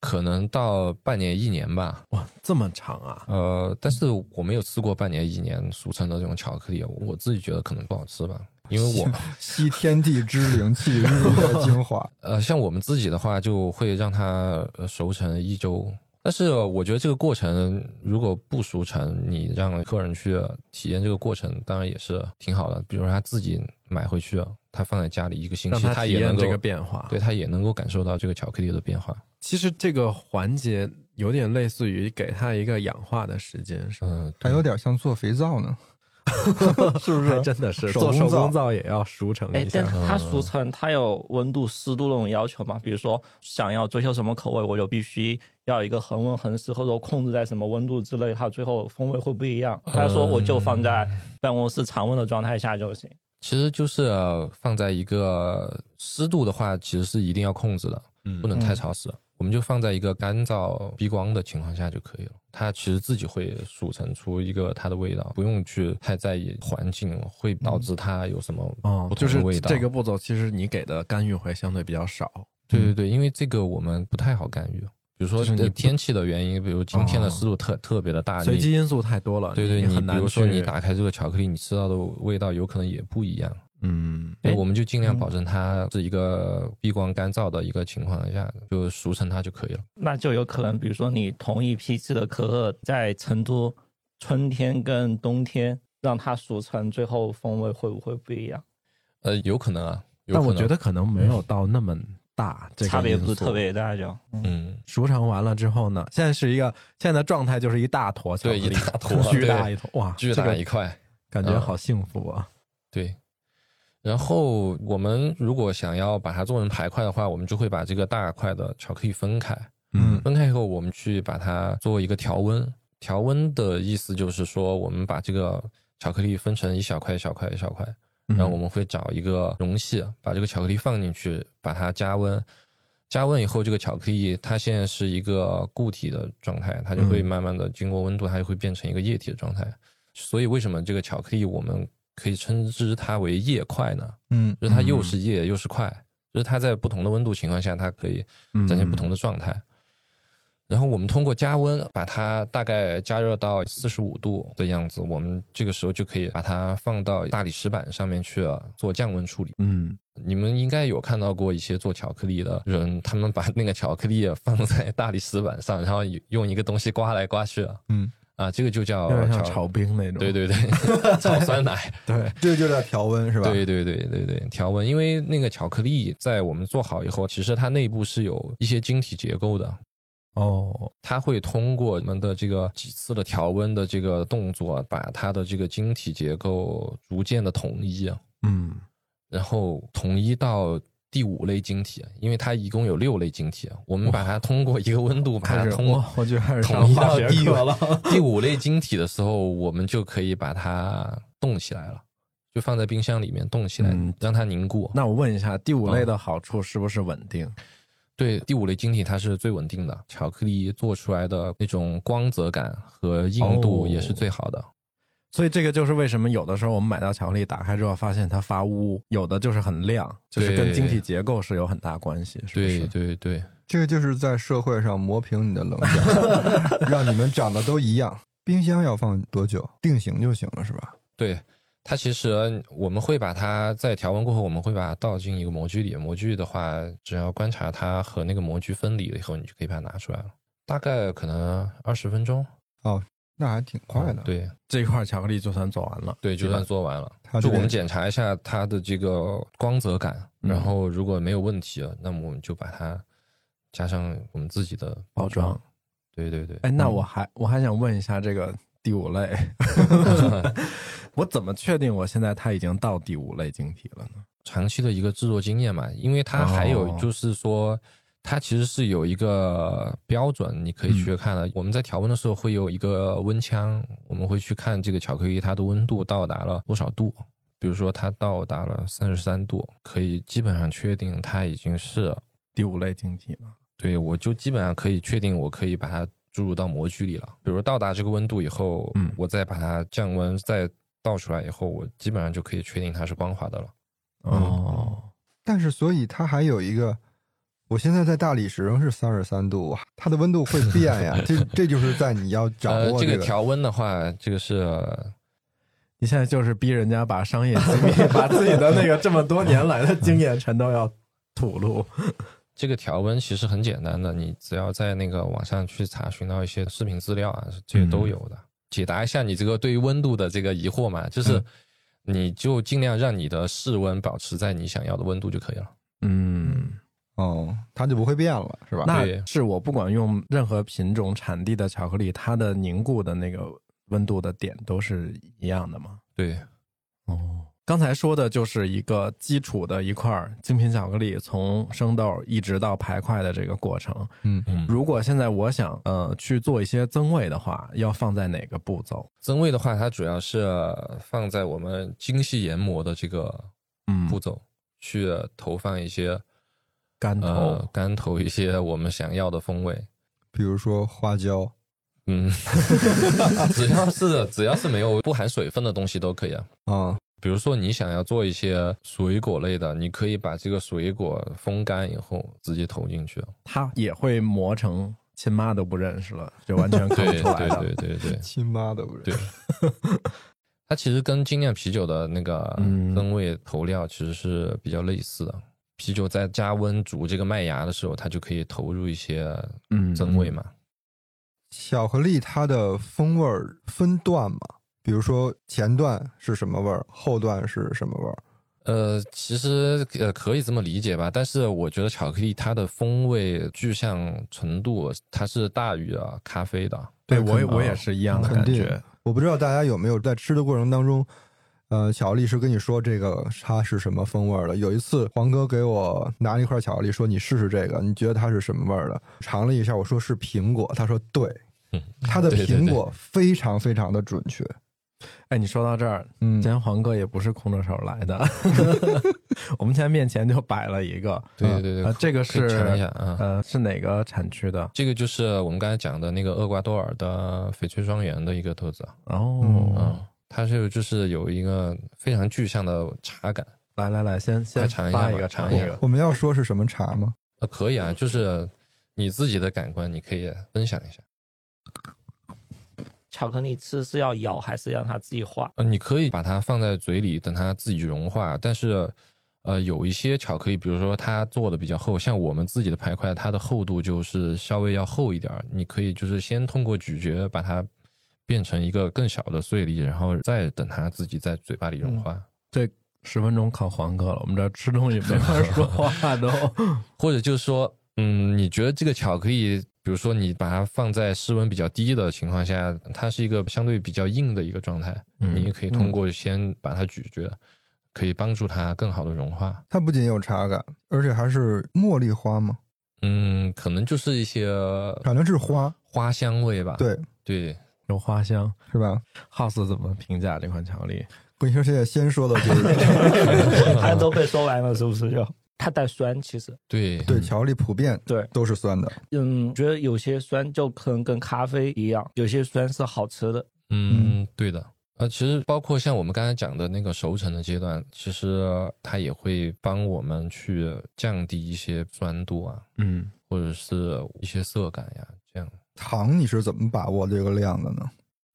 C: 可能到半年一年吧。
B: 哇，这么长啊！
C: 呃，但是我没有吃过半年一年熟成的这种巧克力，我自己觉得可能不好吃吧，因为我
D: 吸天地之灵气，日月精华，
C: 呃，像我们自己的话，就会让它呃熟成一周。但是我觉得这个过程如果不熟成，你让客人去体验这个过程，当然也是挺好的。比如说他自己买回去，他放在家里一个星
B: 让
C: 期，
B: 他体
C: 也能
B: 验
C: 够
B: 这个变化。
C: 对，他也能够感受到这个巧克力的变化。
B: 其实这个环节有点类似于给他一个氧化的时间，是吧？
C: 嗯、
D: 还有点像做肥皂呢，是不
B: 还
C: 嗯
D: 是？
B: 真的是
D: 手
B: 做
D: 工
B: 手工
D: 皂
B: 皂也要熟成
E: 哎
B: 一，下
E: 但。它熟成，它有温度、湿度那种要求嘛？比如说，想要追求什么口味，我就必须要一个恒温恒湿，或者说控制在什么温度之内，它最后风味会不一样。
B: 嗯
E: 他说我就放在办公室常温的状态下就行。
C: 其实就是呃放在一个湿度的话，其实是一定要控制的，不
B: 嗯
C: 能太潮湿。我们就放在一个干燥避光的情况下就可以了。它其实自己会熟成出一个它的味道，不用去太在意环境会导致它有什么
B: 嗯哦
C: 嗯不，
B: 就
C: 同
B: 是
C: 的味道。
B: 这个步骤，其实你给的干预会相对比较少。
C: 对对对，因为这个我们不太好干预，比如说
B: 嗯就是你
C: 呃
B: 不
C: 天气的原因，比如今天
B: 哦
C: 的湿度特、特别的大，
B: 随
C: 啊你
B: 机因素太多了，
C: 对对，
B: 你
C: 你
B: 很
C: 比
B: 难
C: 如说
B: 去
C: 你打开这个巧克力，你吃到的味道有可能也不一样。
B: 嗯，
C: 对，
E: 哎
C: 我们就尽量保证它是一个避光干燥的一个情况下，就熟成它就可以了。
E: 那就有可能，比如说你同一批次的可乐，在成都春天跟冬天让它熟成，最后风味会不会不一样？
C: 呃，有可能啊，有可
B: 但
C: 能
B: 我觉得，可能没有到那么大，这个
E: 差别
B: 因
E: 不是
B: 素
E: 特。别大，就
C: 嗯，
B: 熟成完了之后呢，现在是一个现在的状态就是一大坨巧克
C: 对，
B: 力，
C: 一大坨，
B: 巨大
C: 对
B: 一坨，哇，
C: 巨
B: 啊这
C: 大
B: 个
C: 一块，
B: 感觉
C: 嗯
B: 好幸福啊！
C: 对。然后我们如果想要把它做成排块的话，我们就会把这个大块的巧克力分开，
D: 嗯
C: 分开以后，我们去把它做一个调温。调温的意思就是说，我们把这个巧克力分成一小块、一小块、一小块，
B: 嗯
C: 然后我们会找一个容器，把这个巧克力放进去，把它加温。加温以后，这个巧克力它现在是一个固体的状态，它就会
B: 嗯
C: 慢慢的经过温度，它就会变成一个液体的状态。所以为什么这个巧克力我们可以称之它为液块呢？
D: 嗯，
C: 就是它又是液又是块，就是它在不同的温度情况下，它可以展现不
B: 嗯
C: 同的状态。然后我们通过加温把它大概加热到四十五度的样子，我们这个时候就可以把它放到大理石板上面去做降温处理。
B: 嗯，
C: 你们应该有看到过一些做巧克力的人，他们把那个巧克力放在大理石板上，然后用一个东西刮来刮去。
D: 嗯，
C: 啊，这个就叫
B: 有点像
C: 巧
B: 炒冰那种。
C: 对对 对，炒酸奶。
B: 对，
D: 这就叫调温是吧？
C: 对对对对对，条纹，因为那个巧克力在我们做好以后，其实它内部是有一些晶体结构的，
B: 哦，
C: 它会通过我们的这个几次的调温的这个动作，把它的这个晶体结构逐渐的统一，
B: 嗯，
C: 然后统一到第五类晶体，因为它一共有六类晶体，我们把它通过一个温度把
B: 开
C: 它
B: 始
C: 通 过
B: 哇我觉得开始上
C: 统一到
B: 化学
C: 第
B: 课了。
C: 五第五类晶体的时候，我们就可以把它冻起来了，就放在冰箱里面冻起来，
B: 嗯
C: 让它凝固。
B: 那我问一下，第五
C: 嗯
B: 类的好处是不是稳定？
C: 对第五类晶体，它是最稳定的，巧克力做出来的那种光泽感和硬度
B: 哦
C: 也是最好的。
B: 所以这个就是为什么有的时候我们买到巧克力，打开之后发现它发乌，有的就是很亮，就是跟
C: 对
B: 晶体结构是有很大关系，是不
C: 对
B: 是？
C: 对对，
D: 这个就是在社会上磨平你的棱角， 让你们长得都一样。冰箱要放多久？定型就行了，是吧？
C: 对，它其实我们会把它在调温过后，我们会把它倒进一个模具里。模具的话，只要观察它和那个模具分离了以后，你就可以把它拿出来了。大概可能二十分钟，
D: 那还挺快的。，
C: 啊对
B: 这块巧克力就算做完了，
C: 对，就算做完了。
D: 它
C: 就
D: 这
C: 我
D: 边
C: 们检查一下它的这个光泽感，
B: 嗯
C: 然后如果没有问题了，那么我们就把它加上我们自己的
B: 包装。。
C: 对对对，嗯
B: 哎，那我还我还想问一下这个第五 类，我怎么确定我现在它已经到第五类晶体了呢？
C: 长期的一个制作经验嘛，因为它还有
B: 哦
C: 就是说，它其实是有一个标准，你可以
B: 嗯
C: 去看的。我们在调温的时候会有一个温枪，我们会去看这个巧克力它的温度到达了多少度。比如说它到达了三十三度，可以基本上确定它已经是
B: 第五类晶体了。
C: 对，我就基本上可以确定，我可以把它注入到模具里了。比如到达这个温度以后，
B: 嗯
C: 我再把它降温，再倒出来以后，我基本上就可以确定它是光滑的了。
B: 哦，
D: 但是所以它还有一个，我现在在大理石上是三十三度啊，它的温度会变 呀。这这就是在你要掌
C: 呃，
D: 握
C: 这
D: 个
C: 个调温的话，这个是
B: 你现在就是逼人家把商业机密， 把自己的那个这么多年来的经验全都要吐露。
C: 这个调温其实很简单的，你只要在那个网上去查询到一些视频资料啊，这些都有的。解答一下你这个对于温度的这个疑惑嘛，就是你就尽量让你的室温保持在你想要的温度就可以了。
B: 嗯，
D: 哦，它就不会变了，是吧？
B: 那
C: 对
B: 是我不管用任何品种产地的巧克力，它的凝固的那个温度的点都是一样的吗？
C: 对，
B: 哦，刚才说的就是一个基础的一块儿精品巧克力从生豆一直到排块的这个过程。
D: 嗯
C: 嗯
B: 如果现在我想呃去做一些增味的话，要放在哪个步骤？
C: 增味的话，它主要是放在我们精细研磨的这个
B: 嗯
C: 步骤，去投放一些
B: 干头、
C: 呃干投一些我们想要的风味。
D: 比如说花椒，
C: 嗯，只要是只要是没有不含水分的东西都可以啊。
D: 啊、
C: 比如说你想要做一些水果类的，你可以把这个水果风干以后直接投进去。啊
B: 它也会磨成亲妈都不认识了，就完 全看
C: 对
B: 不
C: 对
B: 出来的。
C: 对对对，
D: 亲妈的不是？
C: 对它其实跟精酿啤酒的那个
B: 嗯
C: 风味投料其实是比较类似的。啤酒在加温煮这个麦芽的时候，它就可以投入一些
B: 嗯，
C: 增味嘛。
D: 巧克力它的风味儿分段嘛，比如说前段是什么味儿，后段是什么味儿。
C: 呃，其实呃可以这么理解吧，但是我觉得巧克力它的风味具象程度它是大于啊咖啡的。
B: 对
D: 对
B: 我也
D: 肯
C: 嗯
D: 定
B: 我也是一样的
D: 肯
B: 感
D: 定
B: 觉。
D: 我不知道大家有没有在吃的过程当中，呃，巧克力是跟你说这个它是什么风味儿的。有一次，黄哥给我拿了一块巧克力，说你试试这个，你觉得它是什么味儿的？尝了一下，我说是苹果，他说对，
C: 嗯
D: 它的
C: 对对对
D: 苹果非常非常的准确。
B: 哎，你说到这儿，
D: 嗯
B: 今，天黄哥也不是空着手来 的，我们现在面前就摆了一个，
C: 对对对对
B: 呃，这个
C: 啊可以
B: 是
C: 尝一下啊
B: 呃，是哪个产区的？
C: 这个就是我们刚才讲的那个厄瓜多尔的翡翠庄园的一个豆子啊，
B: 哦，
C: 嗯，它是就是有一个非常具象的茶感，
B: 来来来，先先
C: 快尝一下吧
B: 发个，尝
C: 尝
B: 一
C: 一
B: 个
C: 下。
D: 我们要说是什么茶吗？
C: 呃，可以啊，就是你自己的感官，你可以分享一下。
E: 巧克力吃是要咬还是让它自己化？
C: 呃，你可以把它放在嘴里，等它自己融化。但是，呃，有一些巧克力，比如说它做的比较厚，像我们自己的排块，它的厚度就是稍微要厚一点儿。你可以就是先通过咀嚼把它变成一个更小的碎粒，然后再等它自己在嘴巴里
B: 嗯
C: 融化。
B: 十分钟靠黄哥了，我们这吃东西没法说 话都。
C: 或者就是说，嗯，你觉得这个巧克力，比如说你把它放在室温比较低的情况下，它是一个相对比较硬的一个状态，
B: 嗯
C: 你也可以通过先把它咀嚼，可以帮助它更好的融化。
D: 它不仅有茶感，而且还是茉莉花嘛，
C: 嗯，可能就是一些
D: 反正是花，
C: 花香味吧。
D: 对，
C: 对，
B: 有花香。
D: 是吧？
B: House 怎么评价这款巧克力？
D: 不，你说现在先说的就是
E: 它都被说完了，是不是就？它带酸，其实
C: 对
D: 对巧克力普遍
E: 对
D: 都是酸的，
E: 嗯，觉得有些酸就跟跟咖啡一样，有些酸是好吃的。
C: 嗯，对的。呃，其实包括像我们刚才讲的那个熟成的阶段，其实它也会帮我们去降低一些酸度啊，
B: 嗯，
C: 或者是一些涩感呀，这样。
D: 糖你是怎么把握这个量的呢？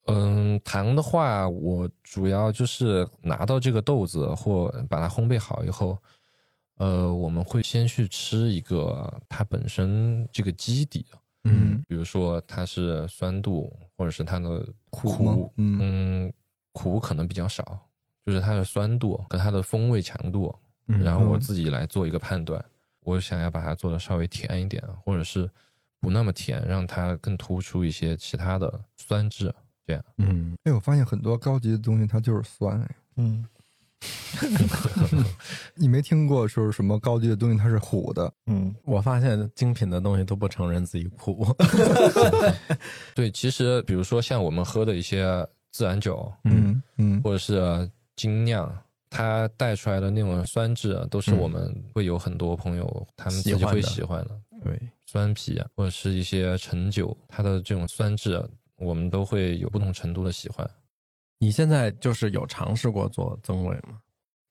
C: 嗯，糖的话，我主要就是拿到这个豆子或把它烘焙好以后，呃，我们会先去吃一个它本身这个基底，
D: 嗯，
C: 比如说它是酸度，或者是它的
D: 苦吗？嗯
C: 嗯，苦可能比较少，就是它的酸度和它的风味强度，
B: 嗯
C: 然后我自己来做一个判断。我想要把它做的稍微甜一点，或者是不那么甜，让它更突出一些其他的 酸质。
B: 嗯，
D: 哎，我发现很多高级的东西它就是酸，哎
G: 嗯，
D: 你没听过说什么高级的东西它是苦的？
G: 嗯，
B: 我发现精品的东西都不承认自己苦。
C: 对，其实比如说像我们喝的一些自然酒，
D: 嗯嗯
C: 或者是精酿，它带出来的那种酸质啊，都是
B: 嗯
C: 我们会有很多朋友他们自
B: 喜
C: 己
B: 欢
C: 会
B: 的
C: 喜欢的
B: 对，
C: 酸啤啊，或者是一些陈酒，它的这种酸质啊，我们都会有不同程度的喜欢。
B: 你现在就是有尝试过做增味吗？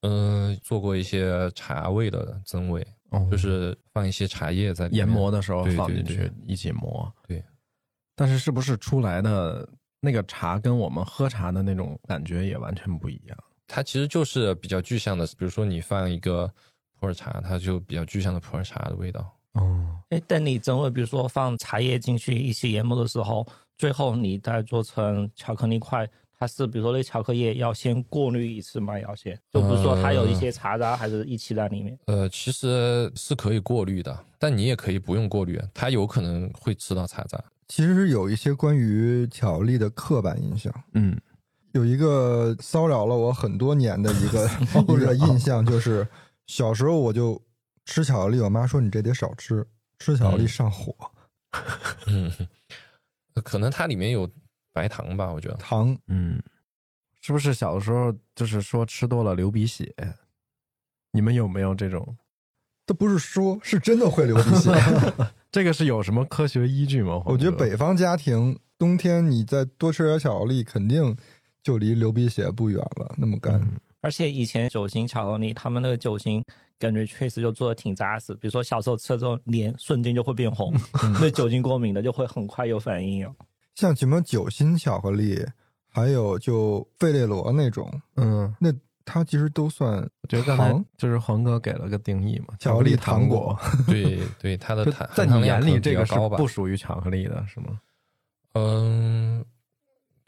C: 嗯、做过一些茶味的增味，
B: 哦
C: 就是放一些茶叶在里面
B: 研磨的时候
C: 对
B: 放进
C: 对
B: 去
C: 对
B: 一起磨。
C: 对，
B: 但是是不是出来的那个茶跟我们喝茶的那种感觉也完全不一样？
C: 它其实就是比较具象的，比如说你放一个普洱茶，它就比较具象的普洱茶的味道。
B: 哦，
E: 哎，但你真会，比如说放茶叶进去一起研磨的时候，最后你再做成巧克力块，它是比如说那巧克力要先过滤一次嘛，要先，就不是说它有一些茶渣还是一起在里面。
C: 呃，其实是可以过滤的，但你也可以不用过滤，啊它有可能会吃到茶 渣。
D: 其实是有一些关于巧克力的刻板印象。
B: 嗯，
D: 有一个骚扰了我很多年的一个一个印象，就是小时候我就吃巧克力，我妈说你这得少吃，吃巧克力上火，
C: 嗯，可能它里面有白糖吧，我觉 得。
D: 糖
B: 嗯，是不是小的时候就是说吃多了流鼻血？你们有没有这种？
D: 这不是说，是真的会流鼻血。
B: 这个是有什么科学依据吗？
D: 我觉得
B: 黄哥
D: 北方家庭冬天你再多吃点巧克力，肯定就离流鼻血不远了。那么干，
B: 嗯
E: 而且以前酒心巧克力，他们那个酒心感觉确实就做的挺扎实。比如说小时候吃了之后，脸瞬间就会变红，对酒精过敏的就会很快有反应哦。
D: 像什么酒心巧克力，还有就费列罗那种，
B: 嗯，
D: 它其实都算
B: 我觉得刚才
D: 糖
B: 就是黄哥给了个定义嘛，
D: 巧克力糖
B: 糖
D: 果。
C: 对对，它的
B: 就
C: 糖
B: 在
C: 含糖
B: 你
C: 量
B: 眼
C: 可
B: 里，
C: 能比
B: 这个
C: 较
B: 是
C: 高吧
B: 不属于巧克力的，是吗？
C: 嗯，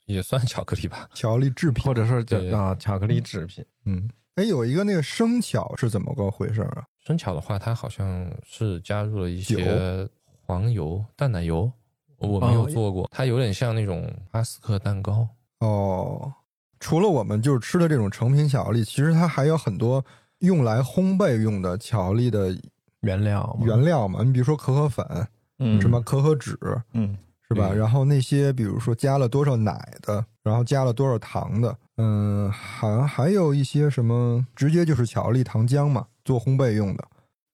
C: 也算巧克力吧。
D: 巧克力制品。
B: 或者说叫
C: 对
B: 啊，巧克力制品。
D: 嗯，哎，有一个那个生巧是怎么个回事啊？
C: 生巧的话，它好像是加入了一些
D: 酒
C: 黄油、淡奶油，我没有
B: 哦
C: 做过。它有点像那种巴斯克蛋糕。
D: 哦，除了我们就是吃的这种成品巧克力，其实它还有很多用来烘焙用的巧克力的
B: 原料嘛，
D: 原料嘛。你比如说可可粉，
E: 嗯
D: 什么可可脂，
E: 嗯，
D: 是吧？
C: 对
D: 然后那些比如说加了多少奶的，然后加了多少糖的，嗯，还还有一些什么直接就是巧克力糖浆嘛，做烘焙用的。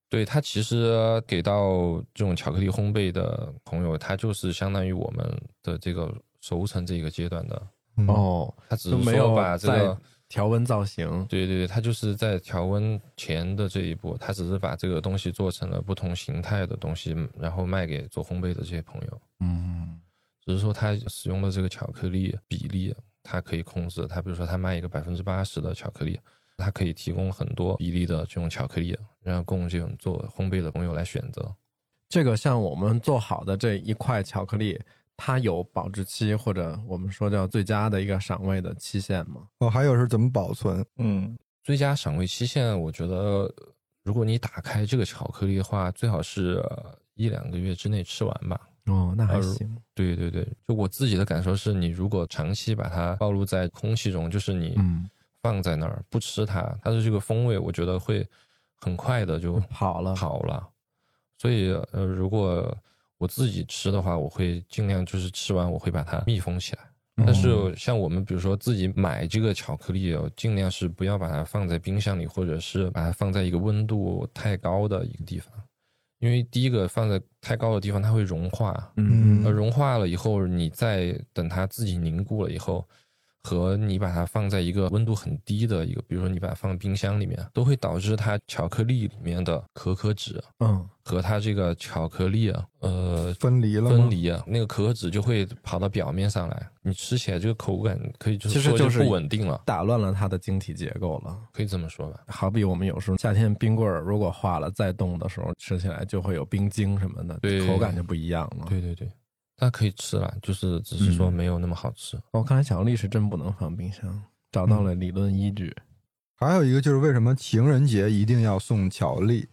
C: 对它其实给到这种巧克力烘焙的朋友，它就是相当于我们的这个熟成这个阶段的，
D: 嗯，
B: 哦，
C: 它只
B: 都
C: 是
B: 没有
C: 说把这
B: 在
C: 个
B: 调温造型。
C: 对对对，它就是在调温前的这一步，它只是把这个东西做成了不同形态的东西，然后卖给做烘焙的这些朋友。
B: 嗯，
C: 只是说它使用的这个巧克力比例，它可以控制。它比如说，它卖一个百分之八十的巧克力，它可以提供很多比例的这种巧克力，然后供这种做烘焙的朋友来选择。
B: 这个像我们做好的这一块巧克力，它有保质期或者我们说叫最佳的一个赏味的期限吗？
D: 哦，还有是怎么保存？
E: 嗯，
C: 最佳赏味期限，我觉得如果你打开这个巧克力的话，最好是呃一两个月之内吃完吧。
B: 哦，那还
C: 呃
B: 行。
C: 对对对，就我自己的感受是，你如果长期把它暴露在空气中，就是你
B: 嗯，
C: 放在那儿不吃它，它的这个风味，我觉得会很快的就
B: 跑了，
C: 好了。所以呃，如果我自己吃的话，我会尽量就是吃完我会把它密封起来。但是像我们比如说自己买这个巧克力，我尽量是不要把它放在冰箱里，或者是把它放在一个温度太高的一个地方，因为第一个放在太高的地方它会融化，
B: 嗯
C: 呃，融化了以后，你再等它自己凝固了以后，和你把它放在一个温度很低的一个，比如说你把它放冰箱里面，都会导致它巧克力里面的可可脂
B: 嗯，
C: 和它这个巧克力啊，呃，
D: 分离了吗？
C: 分离啊，那个可可脂就会跑到表面上来，你吃起来这个口感可以就
B: 其
C: 是
B: 实
C: 说
B: 就是
C: 不稳定了，
B: 打乱了它的晶体结构了。
C: 可以这么说吧。
B: 好比我们有时候夏天冰棍儿如果化了再冻的时候，吃起来就会有冰晶什么的，
C: 对
B: 口感就不一样了。
C: 对对对，但可以吃啦，就是只是说
B: 嗯
C: 没有那么好吃。
B: 我看来巧克力是真不能放冰箱，找到了理论依据。
D: 还有一个就是为什么情人节一定要送巧克力？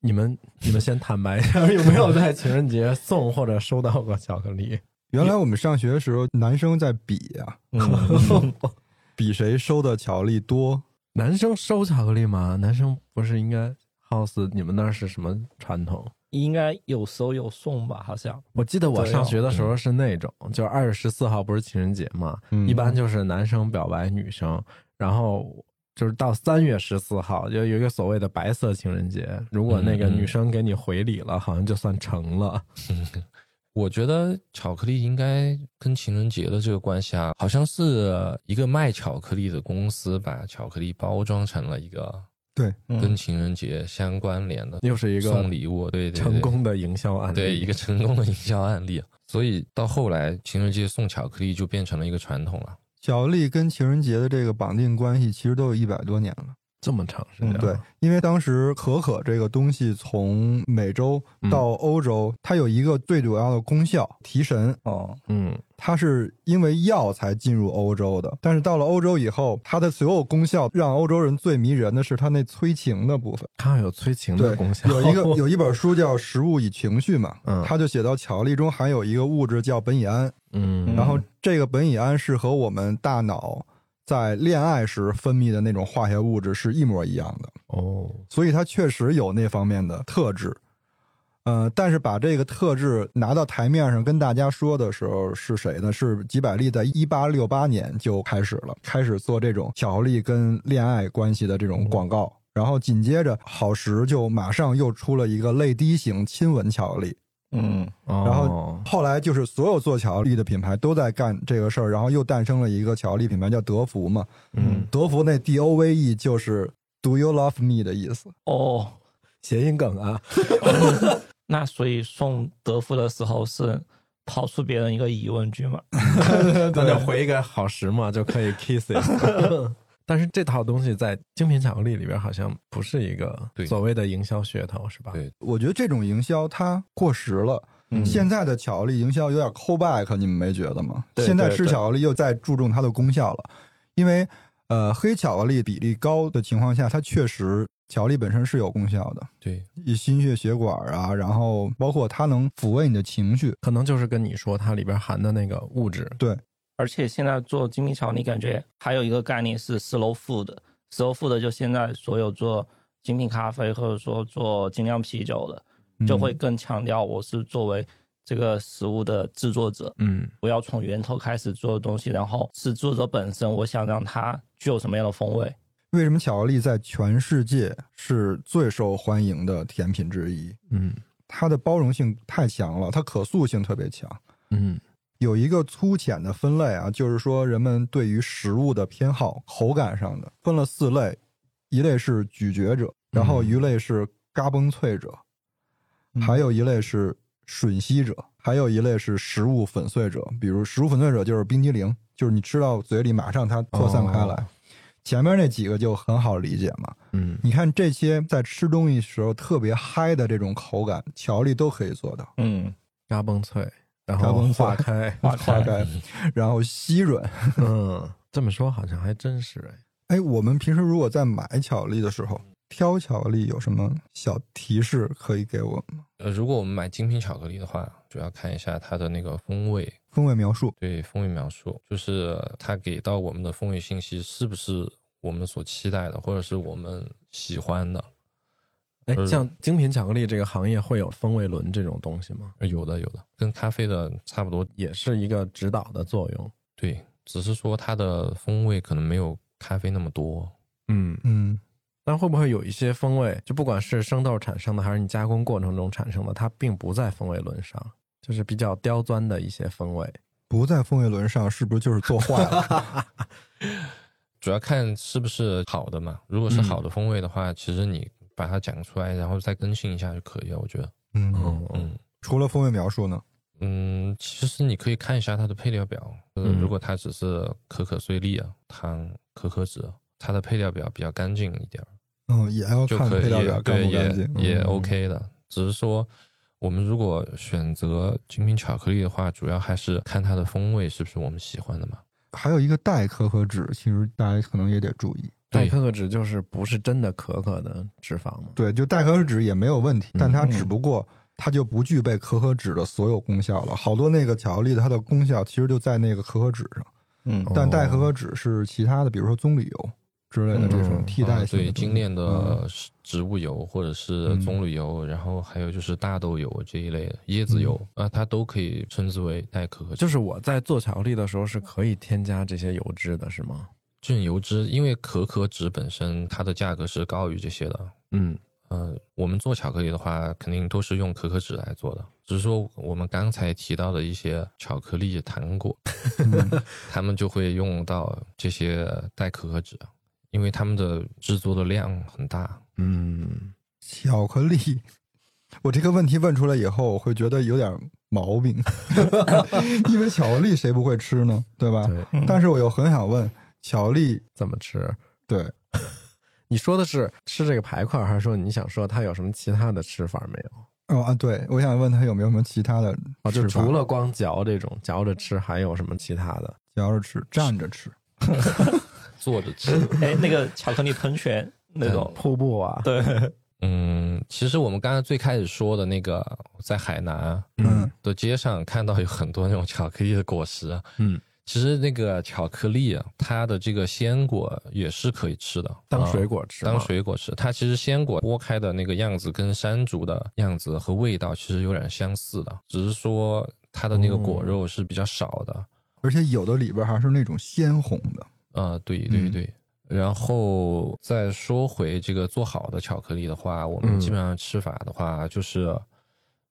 B: 你们你们先坦白一下，有没有在情人节送或者收到过巧克力？
D: 原来我们上学的时候，男生在比啊，
E: 嗯
D: 比谁收的巧克力多。
B: 男生收巧克力吗？男生不是应该 house 你们那儿是什么传统？
E: 应该有收有送吧，好像
B: 我记得我
E: 对
B: 上学的时候是那种，就二月十四号不是情人节嘛，
D: 嗯
B: 一般就是男生表白女生，然后就是到三月十四号，就有一个所谓的白色情人节。如果那个
C: 嗯嗯
B: 女生给你回礼了，好像就算成了。
C: 我觉得巧克力应该跟情人节的这个关系啊，好像是一个卖巧克力的公司把巧克力包装成了一个
D: 对，
E: 嗯
C: 跟情人节相关联的
B: 又是嗯一个
C: 送礼物，对对对，
B: 成功的营销案例，
C: 对一个成功的营销案例。啊所以到后来，情人节送巧克力就变成了一个传统了。
D: 巧克力跟情人节的这个绑定关系，其实都有一百多年了。
B: 这么长时
D: 嗯
B: 间，，
D: 对，因为当时可可这个东西从美洲
B: 嗯
D: 到欧洲，它有一个最主要的功效提神，
E: 哦，
B: 嗯，
D: 它是因为药才进入欧洲的。但是到了欧洲以后，它的所有功效让欧洲人最迷人的是它那催情的部分。
B: 它有催情的
D: 对
B: 功，效，
D: 有一个有一本书叫《食物与情绪》嘛，
B: 嗯
D: 它就写到巧克力中含有一个物质叫苯乙胺，
B: 嗯，
D: 然后这个苯乙胺是和我们大脑在恋爱时分泌的那种化学物质是一模一样的。
B: 哦，
D: 所以它确实有那方面的特质。呃，但是把这个特质拿到台面上跟大家说的时候，是谁呢？是吉百利在一八六八年就开始了，开始做这种巧克力跟恋爱关系的这种广告。然后紧接着，好时就马上又出了一个泪滴型亲吻巧克力。
E: 嗯，
B: 然
D: 然后后来就是所有做巧克力的品牌都在干这个事儿，然后又诞生了一个巧克力品牌叫德芙嘛。
B: 嗯，
D: 德芙那 D O V E 就是 Do you love me 的意思。
E: 哦，
B: 谐音梗啊，
E: 那所以送德芙的时候是抛出别人一个疑问句嘛？
B: 那就回一个好时嘛， 就可以 kiss it。但是这套东西在精品巧克力里边好像不是一个
C: 对
B: 所谓的营销噱头，是吧？
C: 对
D: 我觉得这种营销它过时了。
E: 嗯
D: 现在的巧克力营销有点 c back，你们没觉得吗？
E: 对
D: 现在
E: 对
D: 吃
E: 对
D: 巧克力又在注重它的功效了，因为呃黑巧克力比例高的情况下，它确实巧克力本身是有功效的，
C: 对，
D: 以心血血管啊，然后包括它能抚慰你的情绪。
B: 可能就是跟你说它里边含的那个物质，
E: 而且现在做精密巧克力，感觉还有一个概念是 slow food，slow food 就现在所有做精品咖啡或者说做精酿啤酒的，
D: 嗯
E: 就会更强调我是作为这个食物的制作者，
B: 嗯
E: 我要从源头开始做东西，然后是作者本身，我想让它具有什么样的风味。
D: 为什么巧克力在全世界是最受欢迎的甜品之一？
B: 嗯
D: 它的包容性太强了，它可塑性特别强。
B: 嗯
D: 有一个粗浅的分类啊，就是说人们对于食物的偏好，口感上的分了四类，一类是咀嚼者，然后一类是嘎嘣脆者，还有一类是吮吸者，还有一类是食物粉碎者。比如食物粉碎者就是冰激凌，就是你吃到嘴里马上它扩散开来。
B: 哦
D: 前面那几个就很好理解嘛。
B: 嗯，
D: 你看这些在吃东西时候特别嗨的这种口感，巧克力都可以做到。
E: 嗯，
B: 嘎嘣脆，然
D: 嘎
B: 后
D: 嘣脆
B: 化开，
D: 化开，然后吸吮，
B: 嗯，这么说好像还真是哎。
D: 哎，我们平时如果在买巧克力的时候，挑巧克力有什么小提示可以给我们吗？
C: 呃，如果我们买精品巧克力的话，主要看一下它的那个风味，
D: 风味描述，
C: 对风味描述，就是它给到我们的风味信息是不是我们所期待的，或者是我们喜欢的。
B: 哎，
C: 呃
B: 像精品巧克力这个行业会有风味轮这种东西吗？
C: 呃有的有的，跟咖啡的差不多，
B: 也是一个指导的作用。
C: 对，只是说它的风味可能没有咖啡那么多。
B: 嗯，
D: 嗯，
B: 但会不会有一些风味，就不管是生豆产生的，还是你加工过程中产生的，它并不在风味轮上，就是比较刁钻的一些风味。
D: 不在风味轮上，是不是就是做坏了？
C: 主要看是不是好的嘛。如果是好的风味的话，其实你把它讲出来，然后再更新一下就可以了。我觉得，
D: 嗯，
C: 嗯
D: 除了风味描述呢？
C: 嗯，其实你可以看一下它的配料表。就是
B: 嗯
C: 如果它只是可可碎粒啊、糖、可可脂，它的配料表比较干净一点儿，
D: 嗯，也要
C: 就
D: 看
C: 可
D: 配
C: 以
D: 料
C: 也
D: 表干
C: 对
D: 不干净。
C: 也也
D: 嗯
C: OK 的。只是说，我们如果选择精品巧克力的话，主要还是看它的风味是不是我们喜欢的嘛。
D: 还有一个代可可脂，其实大家可能也得注意。
B: 代
C: 对
B: 可可脂就是不是真的可可的脂肪嘛？
D: 对，就代可可脂也没有问题，但它
B: 嗯
D: 只不过它就不具备可可脂的所有功效了。好多那个巧克力它的功效其实就在那个可可脂上，
E: 嗯
B: 哦
D: 但代可可脂是其他的，比如说棕榈油之类的这种替代
C: 啊
D: 性的东
C: 对
D: 西、
C: 精炼
D: 嗯
C: 的食植物油或者是棕榈油，然后还有就是大豆油这一类的椰子油
D: 嗯
C: 啊，它都可以称之为代可可脂，
B: 就是我在做巧克力的时候是可以添加这些油脂的，是吗？
C: 这种油脂，因为可可脂本身它的价格是高于这些的。
B: 嗯，
C: 呃，我们做巧克力的话，肯定都是用可可脂来做的。只是说我们刚才提到的一些巧克力糖果，
B: 嗯
C: 他们就会用到这些代可可脂，因为他们的制作的量很大。
B: 嗯，
D: 巧克力。我这个问题问出来以后，我会觉得有点毛病， 因为巧克力谁不会吃呢？对吧？
B: 对，
D: 但是我又很想问，巧克力
B: 啊 怎么吃？
D: 对
B: 你说的是吃这个排块，还是说你想说它有什么其他的吃法没有？
D: 哦啊，对，我想问他有没有什么其他的
B: 啊，就
D: 吃法
B: 除了光嚼这种嚼着吃，还有什么其他的？
D: 嚼着吃、蘸着吃，
C: 做着吃，
E: 哎，那个巧克力喷泉那种，
B: 瀑布啊，
E: 对，
C: 嗯，其实我们刚才最开始说的那个，在海南
D: 嗯
C: 的街上看到有很多那种巧克力的果实啊，
B: 嗯，
C: 其实那个巧克力啊，它的这个鲜果也是可以吃的，
B: 当
C: 啊
B: 水果吃吗，
C: 当水果吃。它其实鲜果剥开的那个样子跟山竹的样子和味道其实有点相似的，只是说它的那个果肉是比较少的。
D: 而且有的里边还是那种鲜红的。
C: 啊，对对
D: 嗯
C: 对。然后再说回这个做好的巧克力的话，我们
B: 嗯
C: 基本上吃法的话，就是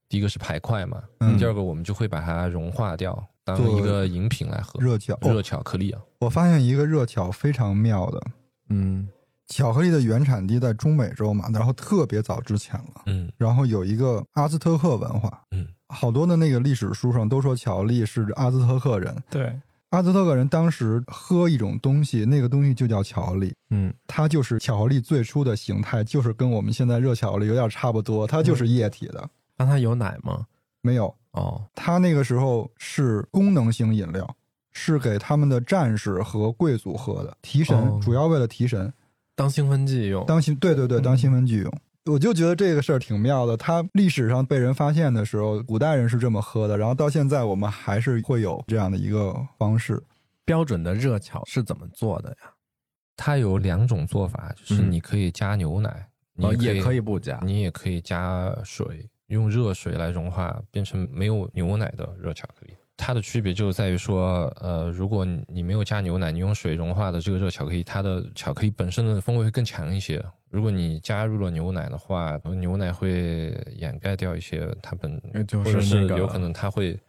C: 第一个是排块嘛，
D: 嗯
C: 第二个我们就会把它融化掉，当
D: 做
C: 一个饮品来喝。
D: 热巧哦
C: 热巧克力啊，
D: 我发现一个热巧非常妙的，
B: 嗯，
D: 巧克力的原产地在中美洲嘛，然后特别早之前了。
C: 嗯，
D: 然后有一个阿兹特克文化，
C: 嗯，
D: 好多的那个历史书上都说巧克力是阿兹特克人，
E: 对，
D: 阿兹特克人当时喝一种东西，那个东西就叫巧克力，
B: 嗯，
D: 它就是巧克力最初的形态，就是跟我们现在热巧克力有点差不多，它就是液体的，
B: 那它有奶吗？
D: 没有
B: 哦，
D: 他那个时候是功能性饮料，是给他们的战士和贵族喝的，提神，
B: 哦
D: 主要为了提神，
B: 当兴奋剂用。
D: 当新对对对，
E: 嗯
D: 当新闻剧用。我就觉得这个事儿挺妙的，它历史上被人发现的时候，古代人是这么喝的，然后到现在我们还是会有这样的一个 方式。
B: 标准的热巧是怎么做的呀？
C: 它有两种做法，就是
B: 嗯
C: 你可以加牛奶，
B: 哦，
C: 你
B: 也可以不加。
C: 你也可以加水，用热水来融化，变成没有牛奶的热巧克力。它的区别就在于说，呃，如果你你没有加牛奶，你用水融化的这个热巧克力，它的巧克力本身的风味会更强一些。如果你加入了牛奶的话，牛奶会掩盖掉一些它本，
B: 呃就
C: 或者
B: 是那
C: 是
B: 个。
C: 有可能它会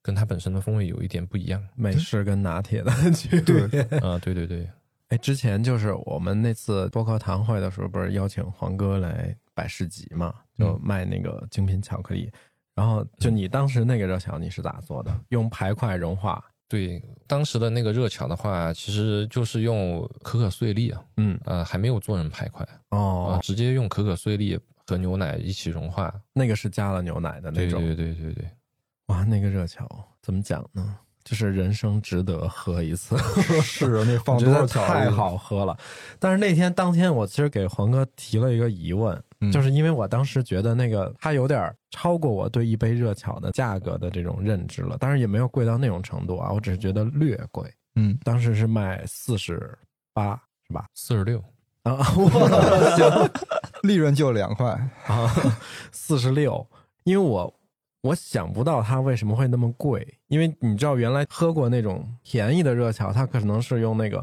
C: 跟它本身的风味有一点不一样
B: 美式跟拿铁的区别。
C: 啊、 对对对，
B: 哎，之前就是我们那次播客堂会的时候，不是邀请黄哥来摆市集嘛，就
C: 嗯
B: 卖那个精品巧克力。然后就你当时那个热巧你是咋做的？
C: 嗯
B: 用排块融化，
C: 对，当时的那个热巧的话，其实就是用可可碎粒啊，
B: 嗯，
C: 呃，还没有做成排块，啊、
B: 哦，
C: 直接用可可碎粒和牛奶一起融化。
B: 那个是加了牛奶的那
C: 对
B: 种。
C: 对对对对，
B: 哇，那个热巧怎么讲呢？就是人生值得喝一次。
D: 是那
B: 我
D: 放
B: 觉
D: 多少
B: 得
D: 巧克力？
B: 太好喝了。但是那天当天，我其实给黄哥提了一个疑问，
D: 嗯
B: 就是因为我当时觉得那个它有点超过我对一杯热巧的价格的这种认知了，当然也没有贵到那种程度啊，我只是觉得略贵。
D: 嗯，
B: 当时是卖四十八，是吧？
C: 四十六，
B: 啊，我行
D: 利润就两块，
B: 啊，四十六，因为我我想不到它为什么会那么贵，因为你知道原来喝过那种便宜的热巧，它可能是用那个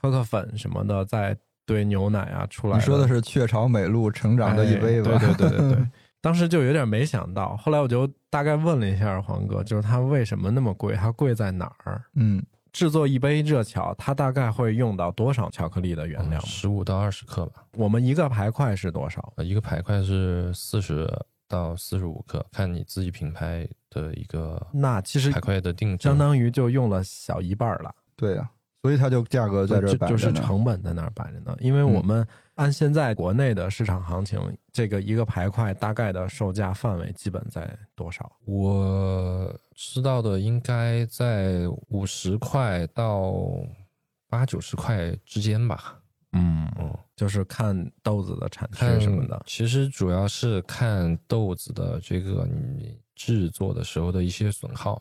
B: 可可粉什么的再兑牛奶啊 出来。
D: 你说的是雀巢美露成长的一杯吧？
B: 哎对对对对 对。当时就有点没想到，后来我就大概问了一下黄哥，就是它为什么那么贵，它贵在哪儿？
D: 嗯，
B: 制作一杯热巧，它大概会用到多少巧克力的原料
D: 嗯
B: 吗？
C: 十五到二十克吧，
B: 我们一个排块是多少？
C: 呃一个排块是四十到四十五克，看你自己品牌的一个
B: 那其实
C: 排块的定制。
B: 相当于就用了小一半儿了。
D: 对呀、所以它就价格在这
B: 就
D: 儿摆着
B: 就
D: 呢嗯
B: 是成本在那儿摆着呢。因为我们按现在国内的市场行情，这个一个排块大概的售价范围基本在多少？
C: 我知道的应该在五十块到八九十块之间吧。
B: 嗯
C: 嗯，
B: 就是看豆子的产
C: 看
B: 区什么的。
C: 其实主要是看豆子的这个你制作的时候的一些损耗，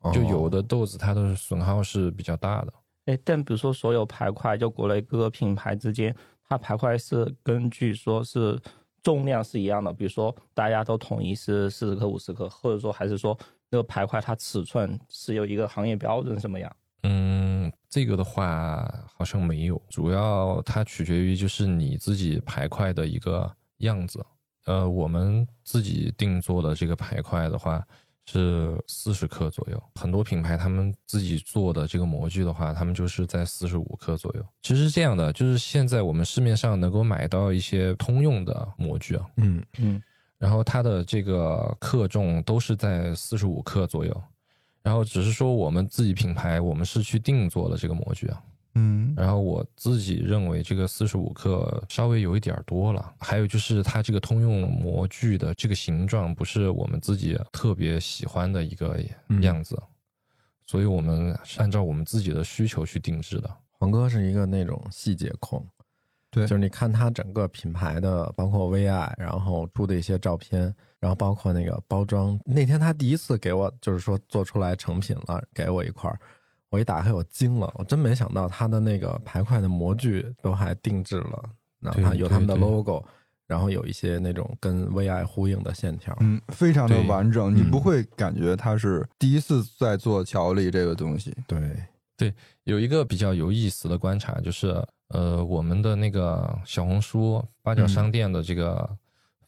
D: 哦
C: 就有的豆子它的损耗是比较大的。
E: 哎，但比如说所有排块，就国内各个品牌之间，它排块是根据说是重量是一样的，比如说大家都统一是四十克、五十克，或者说还是说那个排块它尺寸是有一个行业标准什么样？
C: 嗯，这个的话好像没有，主要它取决于就是你自己排块的一个样子。呃，我们自己定做的这个排块的话是四十克左右，很多品牌他们自己做的这个模具的话，他们就是在四十五克左右。其实是这样的，就是现在我们市面上能够买到一些通用的模具啊，
B: 嗯
E: 嗯，
C: 然后它的这个克重都是在四十五克左右，然后只是说我们自己品牌，我们是去定做的这个模具啊。
D: 嗯，
C: 然后我自己认为这个四十五克稍微有一点儿多了，还有就是它这个通用模具的这个形状不是我们自己特别喜欢的一个
B: 嗯
C: 样子，啊所以我们是按照我们自己的需求去定制的。
B: 黄哥是一个那种细节控，
D: 对
B: 就是你看他整个品牌的，包括 VI，然后出的一些照片，然后包括那个包装。那天他第一次给我，就是说做出来成品了，给我一块儿，我一打开我惊了，我真没想到他的那个排块的模具都还定制了，哪怕
C: 对
B: 有他们的
C: 对对
B: logo，然后有一些那种跟 VI 呼应的线条。
D: 嗯，非常的
C: 对
D: 完整，你
C: 嗯
D: 不会感觉它是第一次在做巧克力这个东西。
B: 对，
C: 有一个比较有意思的观察，就是呃，我们的那个小红书八角商店的这个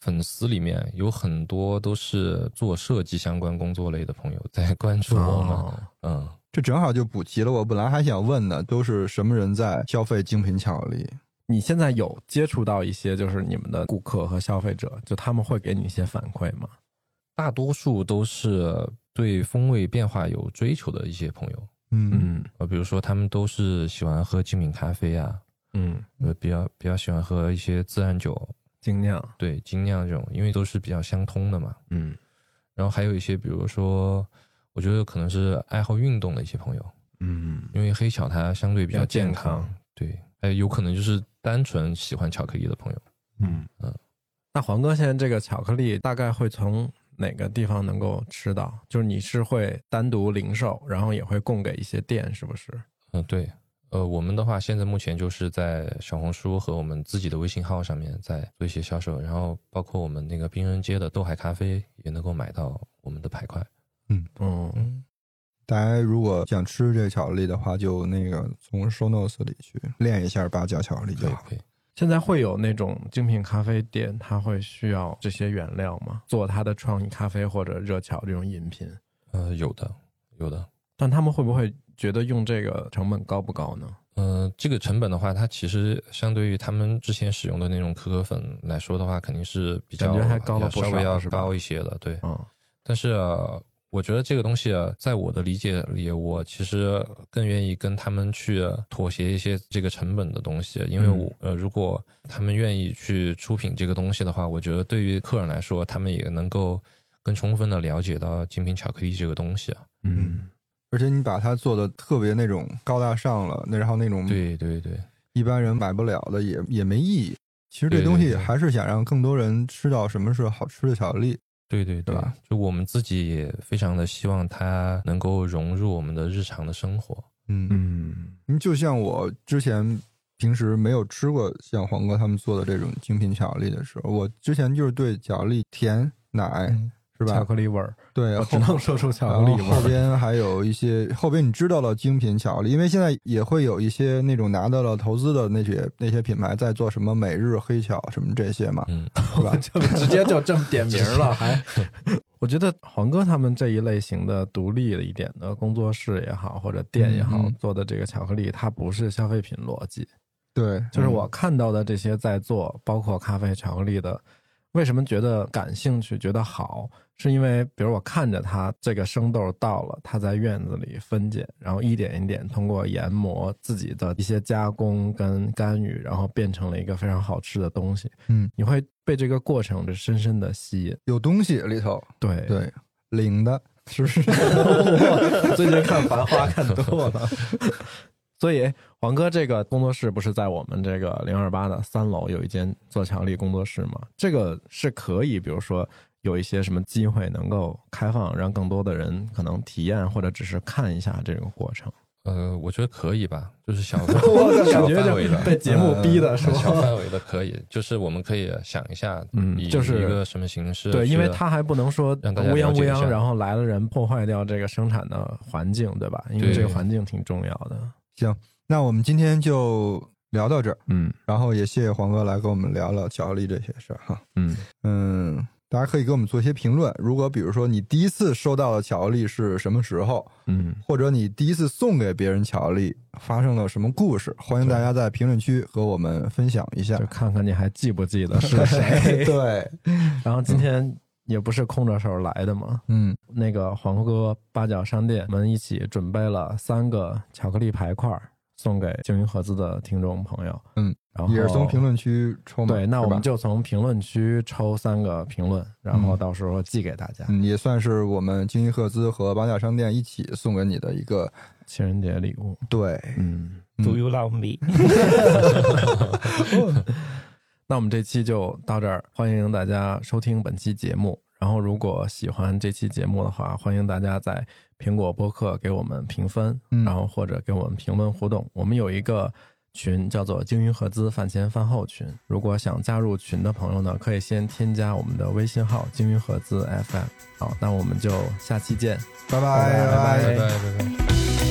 C: 粉丝里面，有很多都是做设计相关工作类的朋友在关注我们。
B: 哦
C: 嗯，
D: 这正好就补齐了，我本来还想问呢，都是什么人在消费精品巧克力？
B: 你现在有接触到一些就是你们的顾客和消费者，就他们会给你一些反馈吗？
C: 大多数都是对风味变化有追求的一些朋友，
D: 嗯，
B: 嗯
C: 呃，比如说他们都是喜欢喝精品咖啡啊，
B: 嗯，
C: 呃，比较比较喜欢喝一些自然酒，
B: 精酿，
C: 对精酿这种，因为都是比较相通的嘛。
B: 嗯
C: 然后还有一些，比如说，我觉得可能是爱好运动的一些朋友，
B: 嗯
C: 因为黑巧它相对比较健
B: 比较健
C: 康，对，还有有可能就是单纯喜欢巧克力的朋友。
B: 嗯
C: 嗯。
B: 那黄哥现在这个巧克力大概会从哪个地方能够吃到？就是你是会单独零售，然后也会供给一些店，是不是？
C: 嗯，对，呃，我们的话现在目前就是在小红书和我们自己的微信号上面在做一些销售，然后包括我们那个冰人街的豆海咖啡也能够买到我们的排块。
B: 嗯，
D: 大家如果想吃这巧克力的话，就那个从 show notes 里去练一下八角巧克力就
C: 可以
D: 好。
C: 可以，
B: 现在会有那种精品咖啡店，它会需要这些原料吗？做它的创意咖啡或者热巧这种饮品，
C: 呃，有的，有的。
B: 但他们会不会觉得用这个成本高不高呢？
C: 呃，这个成本的话，它其实相对于他们之前使用的那种可可粉来说的话，肯定是比较
B: 感觉还高了不
C: 稍微
B: 少
C: 要
B: 是吧
C: 高一些的，对。
B: 嗯
C: 但是、呃我觉得这个东西，呃在我的理解里，我其实更愿意跟他们去妥协一些这个成本的东西，因为
B: 嗯
C: 我、呃，如果他们愿意去出品这个东西的话，我觉得对于客人来说，他们也能够更充分的了解到精品巧克力这个东西。啊
B: 嗯，
D: 而且你把它做的特别那种高大上了，那然后那种
B: 嗯
C: 对对对，
D: 一般人买不了的也也没意义。其实这
C: 对对
D: 东西
C: 对
D: 还是想让更多人吃到什么是好吃的巧克力。
C: 对对对
D: 吧，
C: 就我们自己也非常的希望它能够融入我们的日常的生活。
D: 嗯
B: 嗯
D: 嗯，就像我之前平时没有吃过像黄哥他们做的这种精品巧克力的时候，我之前就是对巧克力甜奶、
B: 嗯
D: 是吧
B: 巧？克力味儿，
D: 对，
B: 我只
D: 后
B: 能说出巧克
D: 然
B: 力
D: 后
B: 味
D: 后
B: 儿。
D: 边还有一些，后边你知道了精品巧克力，因为现在也会有一些那种拿到了投资的那些那些品牌在做什么每日黑巧什么这些嘛，
C: 嗯，
D: 是 吧？
B: 这么直接就这么点名 了，还我觉得黄哥他们这一类型的独立一点的工作室也好，或者店也好，
D: 嗯嗯
B: 做的这个巧克力，它不是消费品逻辑。
D: 对，嗯
B: 就是我看到的这些在做，包括咖啡、巧克力的，为什么觉得感兴趣、觉得好，是因为比如我看着它这个生豆到了，它在院子里分解，然后一点一点通过研磨自己的一些加工跟干预，然后变成了一个非常好吃的东西。
D: 嗯，
B: 你会被这个过程就深深的吸引。
D: 有东西里头，
B: 对，
D: 对，领的是 不是？
B: 最近看《繁花》看多了。所以黄哥这个工作室不是在我们这个零二八的三楼有一间做巧克力工作室吗？这个是可以，比如说有一些什么机会能够开放，让更多的人可能体验或者只是看一下这个过程。
C: 呃，我觉得可以吧，就是小
B: 我的
C: 小
B: 感觉
C: 范围
B: 就呃
C: 的，
B: 被节目逼的是
C: 小
B: 吧？
C: 范围的可以，就是我们可以想一下，
B: 嗯
C: 以
B: 就是
C: 一个什么形式去，
B: 对，因为他还不能说
C: 让大家
B: 乌泱
C: 了解
B: 乌
C: 一下
B: 泱，然后来了人破坏掉这个生产的环境，对吧？因为
C: 对
B: 这个环境挺重要的。
D: 那我们今天就聊到这儿，
B: 嗯
D: 然后也谢谢黄哥来跟我们聊聊巧克力这些事儿哈。
B: 嗯，
D: 嗯，大家可以给我们做一些评论。如果比如说你第一次收到的巧克力是什么时候，
B: 嗯，
D: 或者你第一次送给别人巧克力发生了什么故事，欢迎大家在评论区和我们分享一下
B: 就。看看你还记不 记得是谁。
D: 对，
B: 然后今天也不是空着手来的嘛，
D: 嗯，
B: 那个黄哥八角商店，我们一起准备了三个巧克力牌块儿送给静云合资的听众朋友。
D: 嗯，
B: 然后
D: 也是从评。论区抽嘛，
B: 对，那我们
D: 是吧
B: 就从评论区抽三个评论，然后
D: 嗯
B: 到时候寄给大家，
D: 嗯，也算是我们精英赫兹和八大商店一起送给你的一个
B: 情人节礼物。
D: 对，
B: 嗯，
E: Do you love me？
B: 那我们这期就到这儿，欢迎大家收听本期节目。然后，如果喜欢这期节目的话，欢迎大家在苹果播客给我们评分，
D: 嗯
B: 然后或者给我们评论互动。我们有一个群叫做“精英合资饭前饭后群”，如果想加入群的朋友呢，可以先添加我们的微信号“精英合资 FM”。好，那我们就下期见。拜
D: 拜
B: 拜
D: 拜
C: 拜拜拜拜。
B: 拜